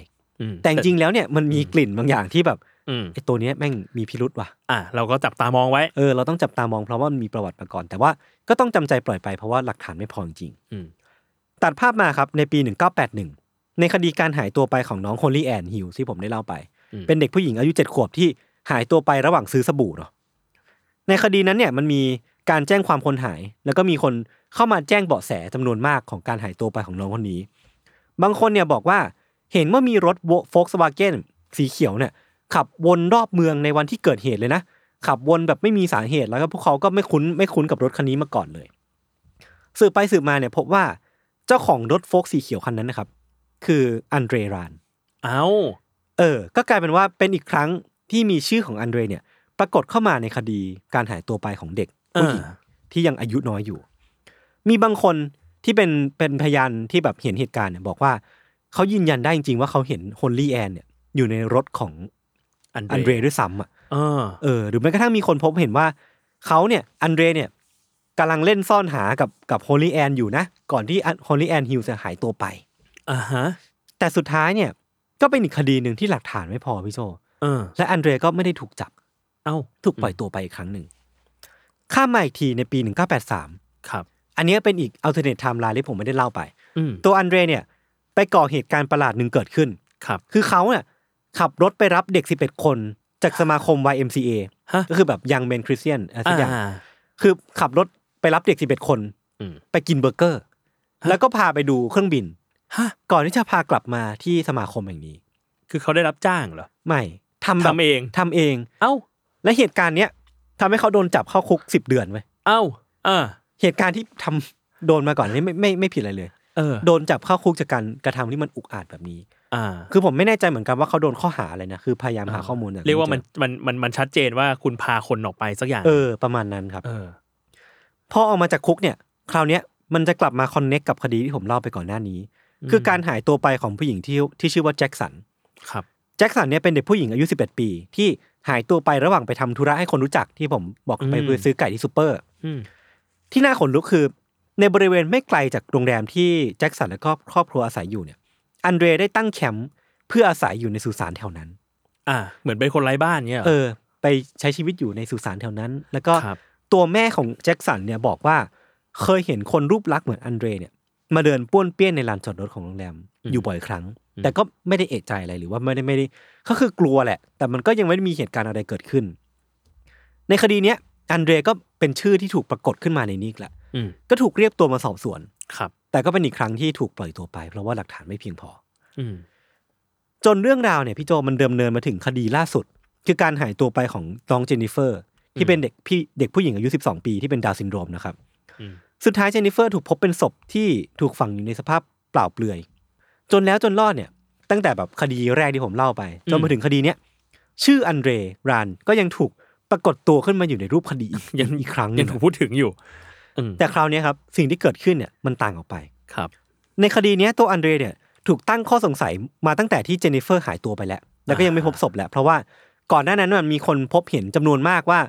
อืม
แต่จริงๆแล้วเนี่ยมันมีกลิ่นบางอย่างที่แบบ
อืม
ไอ้ตัวเนี้ยแม่งมีพิรุษว่ะ
อ่า เราก็จับตามองไว้
เออเราต้องจับตามองเพราะว่ามันมีประวัติมาก่อน แต่ว่าก็ต้องจำใจปล่อยไปเพราะว่าหลักฐานไม่พอจริง
อืม
ๆตัดภาพมาครับในปี 1981 ในคดีการหายตัวไปของน้องโฮลี่แอนฮิลที่ผมได้เล่าไป
อืม
เป็นเด็กผู้หญิงอายุ 7 ขวบที่หายตัวไประหว่างซื้อสบู่เนาะในคดีนั้นเนี่ยมันมีการแจ้งความคนหาย แล้วก็มีคนเข้ามาแจ้งเบาะแสจำนวนมากของการหายตัวไปของน้องคนนี้ บางคนเนี่ยบอกว่าเห็นว่ามีรถโฟกสวาเกนสีเขียวเนี่ยขับวนรอบเมืองในวันที่เกิดเหตุเลยนะ ขับวนแบบไม่มีสาเหตุแล้วก็พวกเขาก็ไม่คุ้นไม่คุ้นกับรถคันนี้มาก่อนเลย สืบไปสืบมาเนี่ยพบว่าเจ้าของรถโฟกสีเขียวคันนั้นนะครับ คืออันเดรราน
เอ้า
เออ ก็กลายเป็นว่าเป็นอีกครั้งที่มีชื่อของอันเดรเนี่ย ปรากฏเข้ามาในคดีการหายตัวไปของเด็กผู้หญิง
อ่า
ที่ยังอายุน้อยอยู่ มีบางคนที่เป็นเป็นพยานที่แบบเห็นเหตุการณ์เนี่ยบอกว่า เขายืนยันได้จริงๆว่าเขาเห็นฮนลี่แอนเนี่ยอยู่ในรถของ
อัน
อันเด
เด
ร
ร
ด้วยซ้ำอ่ะ
เออ
เออหรือแม้กระทั่งมีคนพบเห็นว่าเขาเนี่ยอันเดรเนี่ยกำลังเล่นซ่อนหากับกับโฮลี่แอนอยู่นะ ก่อนที่โฮลี่แอนฮิลจะหายตัวไป
อ่าฮะ
แต่สุดท้ายเนี่ยก็เป็นอีกคดีหนึ่งที่หลักฐานไม่พอพี่โจ
เออ
และอันเดรก็ไม่ได้ถูกจับ
เอ้า
ถูกปล่อยตัวไปอีกครั้งหนึ่ง ข้ามมาอีกทีในปี 1983
ครับ
อันนี้เป็นอีก alternate timeline ที่ผมไม่ได้เล่าไป
อืม
ตัวอันเดรเนี่ย ไปก่อเหตุการณ์ประหลาดหนึ่งเกิดขึ้น
ครับ
คือเขาเนี่ยขับรถไปรับเด็ก 11 คนจากสมาคม YMCA
ฮะ
ก็คือแบบยังเมนคริสเตียนอะไรสักอย่าง
อ่า
คือขับรถไปรับเด็ก 11 คน
อืม
ไปกินเบอร์เกอร์ แล้วก็พาไปดูเครื่องบิน
ฮะ
ก่อนที่จะพากลับมาที่สมาคมแห่งนี้
คือเขาได้รับจ้างเหรอ
ไม่ทำแบบ
ทำเอง
ทำเอง
เอ้า
และเหตุการณ์เนี้ยทำให้เขาโดนจับเข้าคุก 10 เดือนไว้ย
เอ้า เออ
เหตุการณ์ที่ทำโดนมาก่อนอันนี้ไม่ไม่ไม่ผิดอะไรเลย
เออ
โดนจับเข้าคุกจากการกระทำที่มันอุกอาจแบบนี้
อ่า
คือผมไม่แน่ใจเหมือนกันว่าเขาโดนข้อหาอะไรนะ คือพยายามหา
อ่า
ข้อมูลอะไ
เรียกว่ามันมันมันมันชัดเจนว่าคุณพาคนออกไปสักอย่าง
เออ ประมาณนั้นครับ
เออ
พอออกมาจากคุกเนี่ย คราวเนี้ยมันจะกลับมาคอนเน็กกับคดีที่ผมเล่าไปก่อนหน้านี้ คือการหายตัวไปของผู้หญิงที่ที่ชื่อว่าแจ็คสัน
ครับ
แจ็คสันเนี่ยเป็นเด็กผู้หญิงอายุ 11 ปี ที่หายตัวไประหว่างไปทำธุระให้คนรู้จักที่ผมบอกไป
อืม
ซื้อไก่ที่ซูเปอร์
อืม
ที่น่าขนลุกคือ ในบริเวณไม่ไกลจากโรงแรมที่แจ็คสันและครอบครอบครัวอาศัยอยู่เนี่ย อันเดรได้ตั้งแคมป์เพื่ออาศัยอยู่ในสุสานแถวนั้น
อ่า เหมือนเป็นคนไร้บ้านเงี้ยหร
เออ ไปใช้ชีวิตอยู่ในสุสานแถวนั้น แล้วก็
ครับ
ตัวแม่ของแจ็คสันเนี่ยบอกว่า เคยเห็นคนรูปลักษณ์เหมือนอันเดรเนี่ยมาเดินป้วนเปี้ยนในลานจอดรถของโรงแรม
อืม
อยู่บ่อยครั้ง
อืม
แต่ก็ไม่ได้เอะใจอะไรหรือว่าไม่ได้ไม่ได้ก็คือกลัวแหละ แต่มันก็ยังไม่ได้มีเหตุการณ์อะไรเกิดขึ้น ในคดีเนี้ยอันเดรก็เป็นชื่อที่ถูกปรากฏขึ้นมาในนี้อีกแหละ
อืม
ก็ถูกเรียกตัวมาสอบสวน
ครับ
แต่ก็เป็นอีกครั้งที่ถูกปล่อยตัวไป เพราะว่าหลักฐานไม่เพียงพอ
อืม
จนเรื่องราวเนี่ยพี่โจมันเดิมเนินมาถึงคดีล่าสุด คือการหายตัวไปของน้องเจนนิเฟอร์ ที่เป็นเด็กพี่เด็กผู้หญิงอายุ 12 ปีที่เป็นดาวน์ซินโดรมนะครับ
อืม
สุดท้ายเจนนิเฟอร์ถูกพบเป็นศพที่ถูกฝังอยู่ในสภาพเปล่าเปลือย จนแล้วจนรอดเนี่ย ตั้งแต่แบบคดีแรกที่ผมเล่าไป จนมาถึงคดีเนี้ยชื่ออันเดรรานก็ยังถูกปรากฏตัวขึ้น มาอยู่ในรูปคดีอีก
ยัง
อีกครั้งห
ยั
นึ่
ง
ง
ถูกพูดถึงอยู่ อืม
แต่คราวเนี้ยครับสิ่งที่เกิดขึ้นเนี่ยมันต่างออกไป
ครับ
ในคดีเนี้ยตัวอันเดรเนี่ยถูกตั้งข้อสงสัยมาตั้งแต่ที่เจนนิเฟอร์หายตัวไปแล้ว แล้วก็ยังไม่พบศพแหละเพราะว่าก่อนหน้านั้นมันมีคนพบเห็นจำนวนมากว่า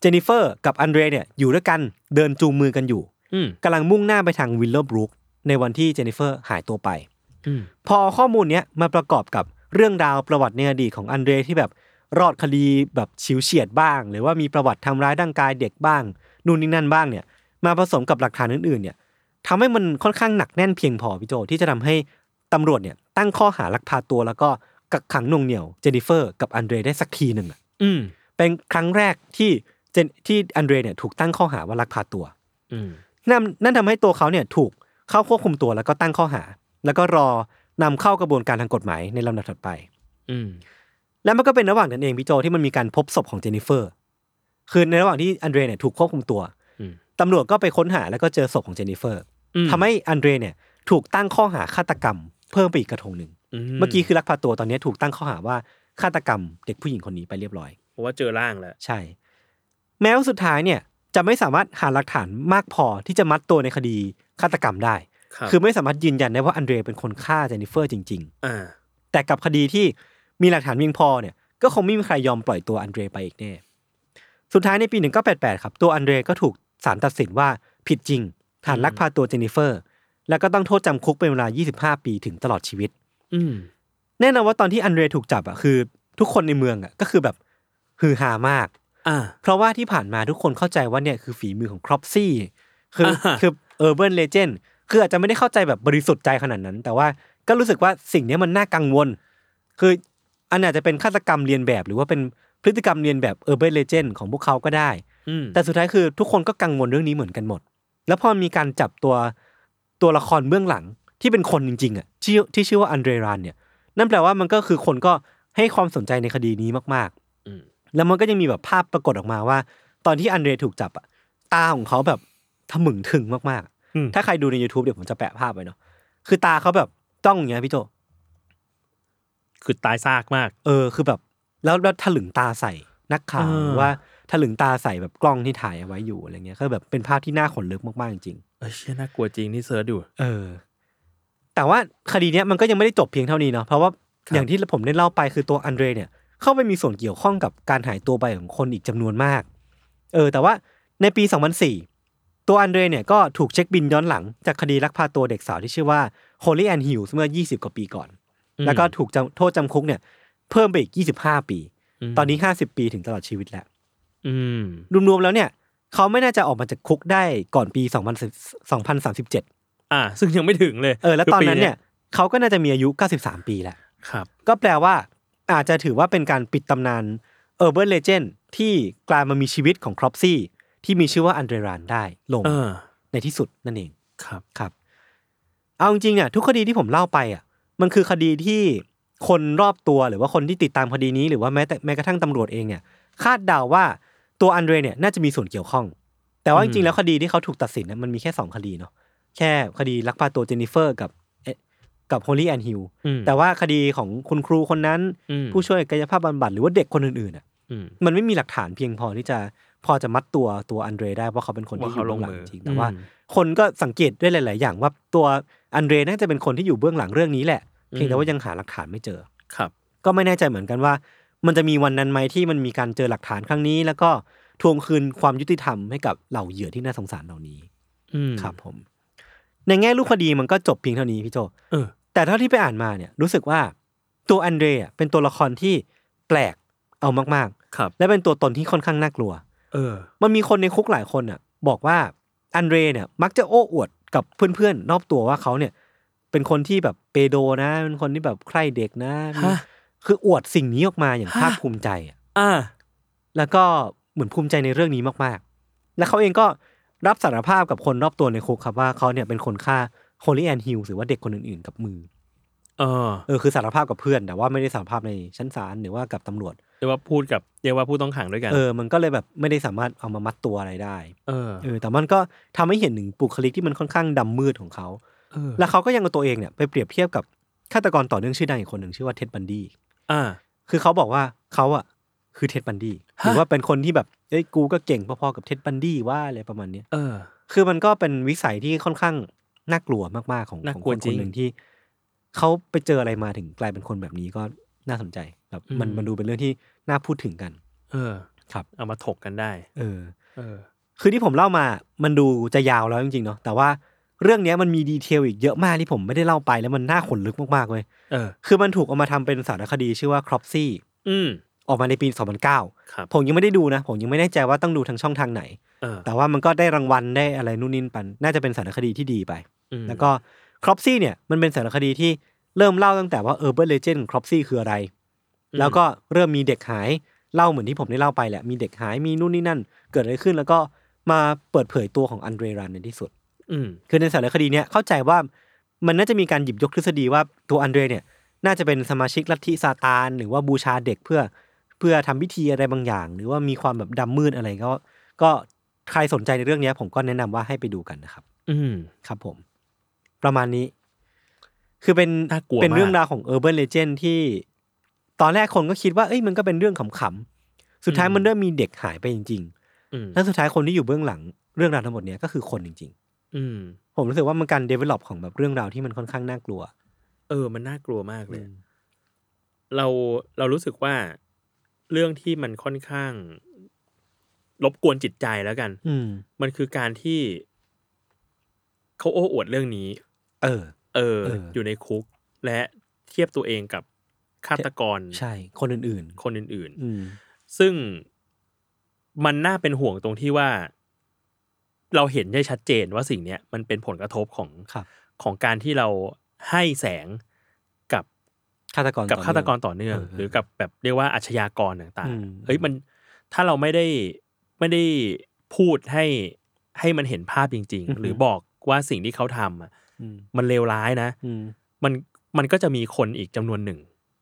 เจนนิเฟอร์กับอันเดรเนี่ยอยู่ด้วยกันเดินจูงมือกันอยู่
อืม
กำลังมุ่งหน้าไปทางวิลเลอร์บรูคในวันที่เจนนิเฟอร์หายตัวไป
อืม
พอเอาข้อมูลเนี้ยมาประกอบกับเรื่องราวประวัติในอดีตของอันเดรที่แบบรอดคดีแบบฉิวเฉียดบ้าง หรือว่ามีประวัติทำร้ายร่างกายเด็กบ้างนู่นนี่นั่นบ้างเนี่ย มาผสมกับหลักฐานอื่นๆเนี่ยทำให้มันค่อนข้างหนักแน่นเพียงพอพี่โจที่จะทำให้ตำรวจเนี่ยตั้งข้อหาลักพาตัว แล้วก็กักขังหน่วงเหนี่ยวเจนนิเฟอร์กับอันเดรได้สักทีหนึ่งอะ
อืม
เป็นครั้งแรกที่เจนที่อันเดรเนี่ยถูกตั้งข้อหาว่าลักพาตัว
อืม
นั่นนั่นทำให้ตัวเขาเนี่ยถูกเข้าควบคุมตัวแล้วก็ตั้งข้อหา แล้วก็รอนำเข้ากระบวนการทางกฎหมายในลำดับถัดไป
อืม
แล้วมันก็เป็นระหว่างนั้นเองพี่โจที่มันมีการพบศพของเจนนิเฟอร์ คือในระหว่างที่อันเดรเนี่ยถูกควบคุมตัว
อืม
ตำรวจก็ไปค้นหาแล้วก็เจอศพของเจนนิเฟอร์
อืม
ทำให้อันเดรเนี่ยถูกตั้งข้อหาฆาตกรรม เพิ่มไปอีกกระทงหนึ่ง เมื่อกี้คือลักพาตัวตอนนี้ถูกตั้งข้อหาว่าฆาตกรรมเด็กผู้หญิงคนนี้ไปเรียบร้อย
เพราะว่าเจอร่างแล้ว
ใช่ แม้ว่าสุดท้ายเนี่ยจะไม่สามารถหาหลักฐานมากพอที่จะมัดตัวในคดีฆาตกรรมได้
ครับ
คือไม่สามารถยืนยันได้ว่าอันเดรเป็นคนฆ่าเจนนิเฟอร์จริง
อ่า
ๆ แต่กับคดีที่มีหลักฐานเพียงพอเนี่ยก็คงไม่มีใครยอมปล่อยตัวอันเดรไปอีกแน่ สุดท้ายในปี 1988 ครับ ตัวอันเดรก็ถูกศาลตัดสินว่าผิดจริง ฐานลักพาตัวเจนนิเฟอร์ แล้วก็ต้องโทษจำคุกเป็นเวลา 25 ปีถึงตลอดชีวิต
อืม
แน่นอนว่าตอนที่อันเดรถูกจับอ่ะคือ ทุกคนในเมืองอ่ะก็คือแบบฮือฮามาก
อ่า
เพราะว่าที่ผ่านมาทุกคนเข้าใจว่าเนี่ยคือฝีมือของครอปซี่ คือ
อ่า
คือเออร์เบิร์นเลเจนคืออาจจะไม่ได้เข้าใจแบบบริสุทธิ์ใจขนาดนั้น แต่ว่าก็รู้สึกว่าสิ่งเนี้ยมันน่ากังวล คืออันอาจจะเป็นฆาตกรรมเรียนแบบ หรือว่าเป็นพฤติกรรมเรียนแบบเออร์เบิร์นเลเจนของพวกเขาก็ได้
อืม
แต่สุดท้ายคือทุกคนก็กังวลเรื่องนี้เหมือนกันหมด แล้วพอมีการจับตัวตัวละครเบื้องหลังที่เป็นคนจริงๆอ่ะที่ที่ชื่อว่าอันเดรรันเนี่ย นั่นแปลว่ามันก็คือคนก็ให้ความสนใจในคดีนี้มาก
อืม
ๆ แล้วมันก็ยังมีแบบภาพปรากฏออกมาว่า ตอนที่อันเดรถูกจับอ่ะตาของเขาแบบทะมึงถึงมาก
อืม
ๆ ถ้าใครดูใน YouTube เดี๋ยวผมจะแปะภาพไว้เนาะ คือตาเขาแบบจ้องอย่างเงี้ยพี่โจ
คือตายซากมาก
เออคือแบบแล้วแล้วถลึงตาใส่นักข่าว
อ่า
หรือว่าถลึงตาใส่แบบกล้องที่ถ่ายเอาไว้อยู่อะไรเงี้ยก็แบบเป็นภาพที่น่าขนลุกมาก ๆ จริง
เออเชี่ยน่ากลัวจริงนี่เซิร์ชดู
ๆเออ แต่ว่าคดีเนี้ยมันก็ยังไม่ได้จบเพียงเท่านี้เนาะเพราะว่า
ครับ
อย่างที่ผมได้เล่าไปคือตัวอันเดรเนี่ย เข้าไปมีส่วนเกี่ยวข้องกับการหายตัวไปของคนอีกจำนวนมาก เออ แต่ว่าในปี 2004 ตัวอันเดรเนี่ยก็ถูกเช็คบินย้อนหลังจากคดีลักพาตัวเด็กสาวที่ชื่อว่า Holly Ann Hughes เมื่อ 20 กว่าปีก่อน แล้วก็ถูกจำโทษจำคุกเนี่ย เพิ่มไปอีก 25 ปี
ม
ตอนนี้ 50 ปีถึงตลอดชีวิตแล้ว
อืม
รวมๆ แล้วเนี่ย เขาไม่น่าจะออกมาจากคุกได้ก่อนปี2000 2037
อ่า ซึ่งยังไม่ถึงเลย
เออ แล้ว
คื
ตอนนั้น
ปี
เนี่ยเขาก็น่าจะมีอายุ 93 ปีแล้ว
ครับ
ก็แปลว่าอาจจะถือว่าเป็นการปิดตำนาน Urban Legend ที่กลายมามีชีวิตของครอปซี่ ที่มีชื่อว่าอันเดรรานได้ลง
เออ
ในที่สุดนั่นเอง
ครับ
ครับเอาจริงๆอ่ะทุกคดีที่ผมเล่าไปอ่ะมันคือคดีที่คนรอบตัวหรือว่าคนที่ติดตามคดีนี้หรือว่าแม้แต่แม้กระทั่งตำรวจเองเนี่ยคาดเดาว่าตัวอันเดรเนี่ยน่าจะมีส่วนเกี่ยวข้อง แต่ว่าจริงๆแล้วคดีที่เขาถูกตัดสินน่ะมันมีแค่สองคดีเนาะแค่คดีลักพาตัวเจนนิเฟอร์กับเอ๊ะกับโฮลี่แอนฮิล
อืม
แต่ว่าคดีของคุณครูคนนั้น
อืม
ผู้ช่วยกายภาพบำบัดหรือว่าเด็กคนอื่นๆอ่ะ
อืม
มันไม่มีหลักฐานเพียงพอที่จะพอจะมัดตัวตัวอันเดรได้ว่าเขาเป็นคนที่
ว่า
อ
เขา
ยู่เบื้องหลัง
ลงมือ
จ
อ
ริงแต่ว่า
อืม
คนก็สังเกตด้วยหลาย ๆ อย่างว่าตัวอันเดรน่าจะเป็นคนที่อยู่เบื้องหลังเรื่องนี้แหละเพียงแต่ว่ายังหาหลักฐานไม่เจอ
ครับ
ก็ไม่แน่ใจเหมือนกันว่า มันจะมีวันนั้นไหมที่มันมีการเจอหลักฐานครั้งนี้ แล้วก็ทวงคืนความยุติธรรมให้กับเหล่าเหยื่อที่น่าสงสารเหล่านี้
อืม
ครับผม ในแง่รูปคดีมันก็จบเพียงเท่านี้พี่โจ
เออ
แต่เท่าที่ไปอ่านมาเนี่ยรู้สึกว่าตัวอันเดรอ่ะเป็นตัวละครที่แปลกเอามาก
ครับ
ๆ และเป็นตัวตนที่ค่อนข้างน่ากลัว
เออ
มันมีคนในคุกหลายคนอ่ะ บอกว่าอันเดรเนี่ยมักจะโอ้อวดกับเพื่อนๆ รอบตัวว่าเขาเนี่ย เป็นคนที่แบบเปโดนะ เป็นคนที่แบบใคร่เด็กนะมี
ฮะ
คืออวดสิ่งนี้ออกมาอย่าง
ฮะ
ภาคภูมิใจอะ
อ่า
แล้วก็เหมือนภูมิใจในเรื่องนี้มากๆ และเขาเองก็รับสารภาพกับคนรอบตัวในคุกครับว่าเขาเนี่ยเป็นคนฆ่าโฮลี่แอนฮิลหรือว่าเด็กคนอื่นๆ กับมือ
เออ
เออคือสารภาพกับเพื่อน แต่ว่าไม่ได้สารภาพในชั้นศาลหรือว่ากับตำรวจ
เรียกว่าพูดกับ เรียกว่าผู้ต้องขังด้วยกัน
เออมันก็เลยแบบไม่ได้สามารถเอามามัดตัวอะไรได้
เออ
เออแต่มันก็ทำให้เห็นถึงบุคลิกที่มันค่อนข้างดำมืดของเขา
เออ
แล้วเขาก็ยังเอาตัวเองเนี่ยไปเปรียบเทียบกับฆาตกรต่อเนื่องชื่อดังอีกคนหนึ่งชื่อว่าเท็ดบันดี้
อ่า
คือเขาบอกว่าเขาอ่ะคือเท็ดบันดี้หรือว่าเป็นคนที่แบบเอ้ยกูก็เก่งพอๆกับเท็ดบันดี้ว่าอะไรประมาณเนี้ย
เออ
คือมันก็เป็นวิสัยที่ค่อนข้างน่ากลัวมากๆของ
น่า
ของ
ก
ค
ลัวน
ค
จริง
นหนึ่งที่เขาไปเจออะไรมาถึงกลายเป็นคนแบบนี้ก็น่าสนใจแบบมัน
อืม
มันดูเป็นเรื่องที่น่าพูดถึงกัน
เออ
ครับ
เอามาถกกันได้
เออ
เออ
คือที่ผมเล่ามา มันดูจะยาวแล้วจริงๆเนาะ แต่ว่าเรื่องเนี้ยมันมีดีเทลอีกเยอะมากที่ผมไม่ได้เล่าไปแล้วมันน่าขนลึกมากๆเลย
เออ
คือมันถูกเอามาทำเป็นสารคดีชื่อว่า c r o p s y
อืม
ออกมาในปี 2009
ครับ
ผมยังไม่ได้ดูนะ ผมยังไม่แน่ใจว่าต้องดูทางช่องทางไหน
เออ
แต่ว่ามันก็ได้รางวัลได้อะไรนู่นนี่ปัน น่าจะเป็นสารคดีที่ดีไป
อืม
แล้วก็ c r o p s y เนี่ยมันเป็นสารคดีที่เริ่มเล่าตั้งแต่ว่า Urban Legend ของ c r o p s y คืออะไร แล้วก็เริ่มมีเด็กหายเล่าเหมือนที่ผมได้เล่าไปแหละ มีเด็กหายมีนู่นนี่นั่น เกิดอะไรขึ้นแล้วก็ มาเปิดเผยตัวของอันเดรรันในที่สุด
อืม
คือในสารคดีเนี่ยเข้าใจว่ามันน่าจะมีการหยิบยกทฤษฎีว่าตัวอันเดรเนี่ยน่าจะเป็นสมาชิกลัทธิซาตาน หรือว่าบูชาเด็กเพื่อเพื่อทำพิธีอะไรบางอย่าง หรือว่ามีความแบบดำมืดอะไรก็ ก็ใครสนใจในเรื่องเนี้ยผมก็แนะนำว่าให้ไปดูกันนะครับ
อืม
ครับผม ประมาณนี้ คือเป็น
น่ากลัว
เป็นเรื่อง
มาก
ราวของ Urban Legend ที่ตอนแรกคนก็คิดว่าเอ้ยมันก็เป็นเรื่องขำๆสุดท้ายมันเริ่มมีเด็กหายไปจริง
อืม
ๆและสุดท้ายคนที่อยู่เบื้องหลังเรื่องราวทั้งหมดเนี้ยก็คือคนจริง ๆ
อืม
ผมรู้สึกว่ามันการ develop ของแบบเรื่องราวที่มันค่อนข้างน่ากลัว
เออ มันน่ากลัวมากเลย เราเรารู้สึกว่าเรื่องที่มันค่อนข้าง รบกวนจิตใจแล้วกัน
อืม
มันคือการที่เขาโอ้อวดเรื่องนี้
เออ
เออ
เอออ
อยู่ในคุก และเทียบตัวเองกับฆาตกร
ใช่ คนอื่น
คนอื่น
ๆ อืม
ๆ ซึ่งมันน่าเป็นห่วงตรงที่ว่า เราเห็นได้ชัดเจนว่าสิ่งเนี้ยมันเป็นผลกระทบของ
ครับ
ของการที่เราให้แสงกับ
ฆาตกร
กับฆาตกร
อเนื่อง
ต่อเนื่อง
เออ
หรือกับแบบเรียกว่าอาชญากรต่าง
อืม
ๆเอ้ยมันถ้าเราไม่ได้ไม่ได้พูดให้ให้มันเห็นภาพจริง ๆ หรือบอกว่าสิ่งที่เขาทำอะ
อืม
มันเลวร้ายนะ
อืม
มันมันก็จะมีคนอีกจำนวนหนึ่ง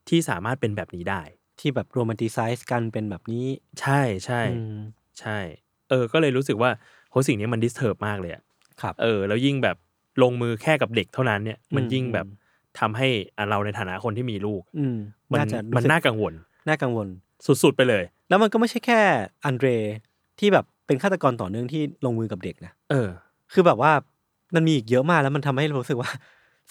ที่สามารถเป็นแบบนี้ได้
ที่แบบโรแมนติไซส์กันเป็นแบบนี้
ใช่ใช่
อืม
ใช่ เออ ก็เลยรู้สึกว่าโหสิ่งนี้มันดิสเทิร์บมากเลยอะ
ครับ
เออ แล้วยิ่งแบบลงมือแค่กับเด็กเท่านั้นเนี่ย มันยิ่งแบบทำให้อ่ะเราในฐานะคนที่มีลูก
อืม
มัน
น่าจะรู้สึก
มันน่ากังวล
น่ากังวล
สุดๆไปเลย
แล้วมันก็ไม่ใช่แค่อันเดรที่แบบเป็นฆาตกรต่อเนื่องที่ลงมือกับเด็กนะ
เออ
คือแบบว่ามันมีอีกเยอะมากแล้วมันทำให้เรารู้สึกว่า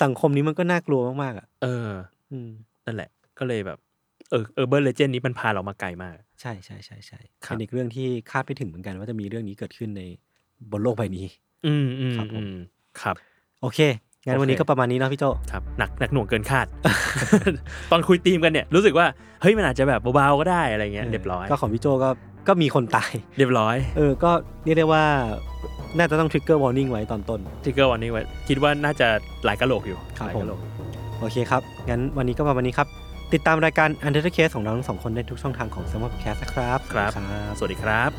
สังคมนี้มันก็น่ากลัวมากๆอ่ะ
เออ
อืม
นั่นแหละ ก็เลยแบบ เออเออเบอร์เลเจนนี้มันพาเรามาไกลมาก
ใช่ใช่ใช่ใช่
ครับ
เป็นอีกเรื่องที่คาดไม่ถึงเหมือนกันว่าจะมีเรื่องนี้เกิดขึ้นในบนโลกใบนี้
อืมอืม
ครับผม
อืมครับ
โอเค งั้น
โอเค
วันนี้ก็ประมาณนี้เนาะพี่โจ
ครับ หนักหนักหน่วงเกินคาด ตอนคุยธีมกันเนี่ย รู้สึกว่า เฮ้ย มันอาจจะแบบเบาๆก็ได้อะไรเงี้ย เรียบร้อย
ก็ของพี่โจก็ ก็มีคนตาย
เรียบร้อย
เออ ก็เรียกได้ว่า น่าจะต้อง t ริกเกอร์วอร์นิ่งไว้ตอนต้น
ทิกเกอร์วันนี้ไว้ คิดว่าน่าจะหลายกะโหลกอยู่
ครับ
หลาย
ผม
กะโหลก
โอเคครับ งั้นวันนี้ก็ประมาณนี้ครับ ติดตามรายการ u n d e r t a l e Case ของเราทั้งสองคนได้ทุกช่องทางของ s m a r t Cast นะครับ
ครับ
สวัสดีครับ
สวัสดีครับ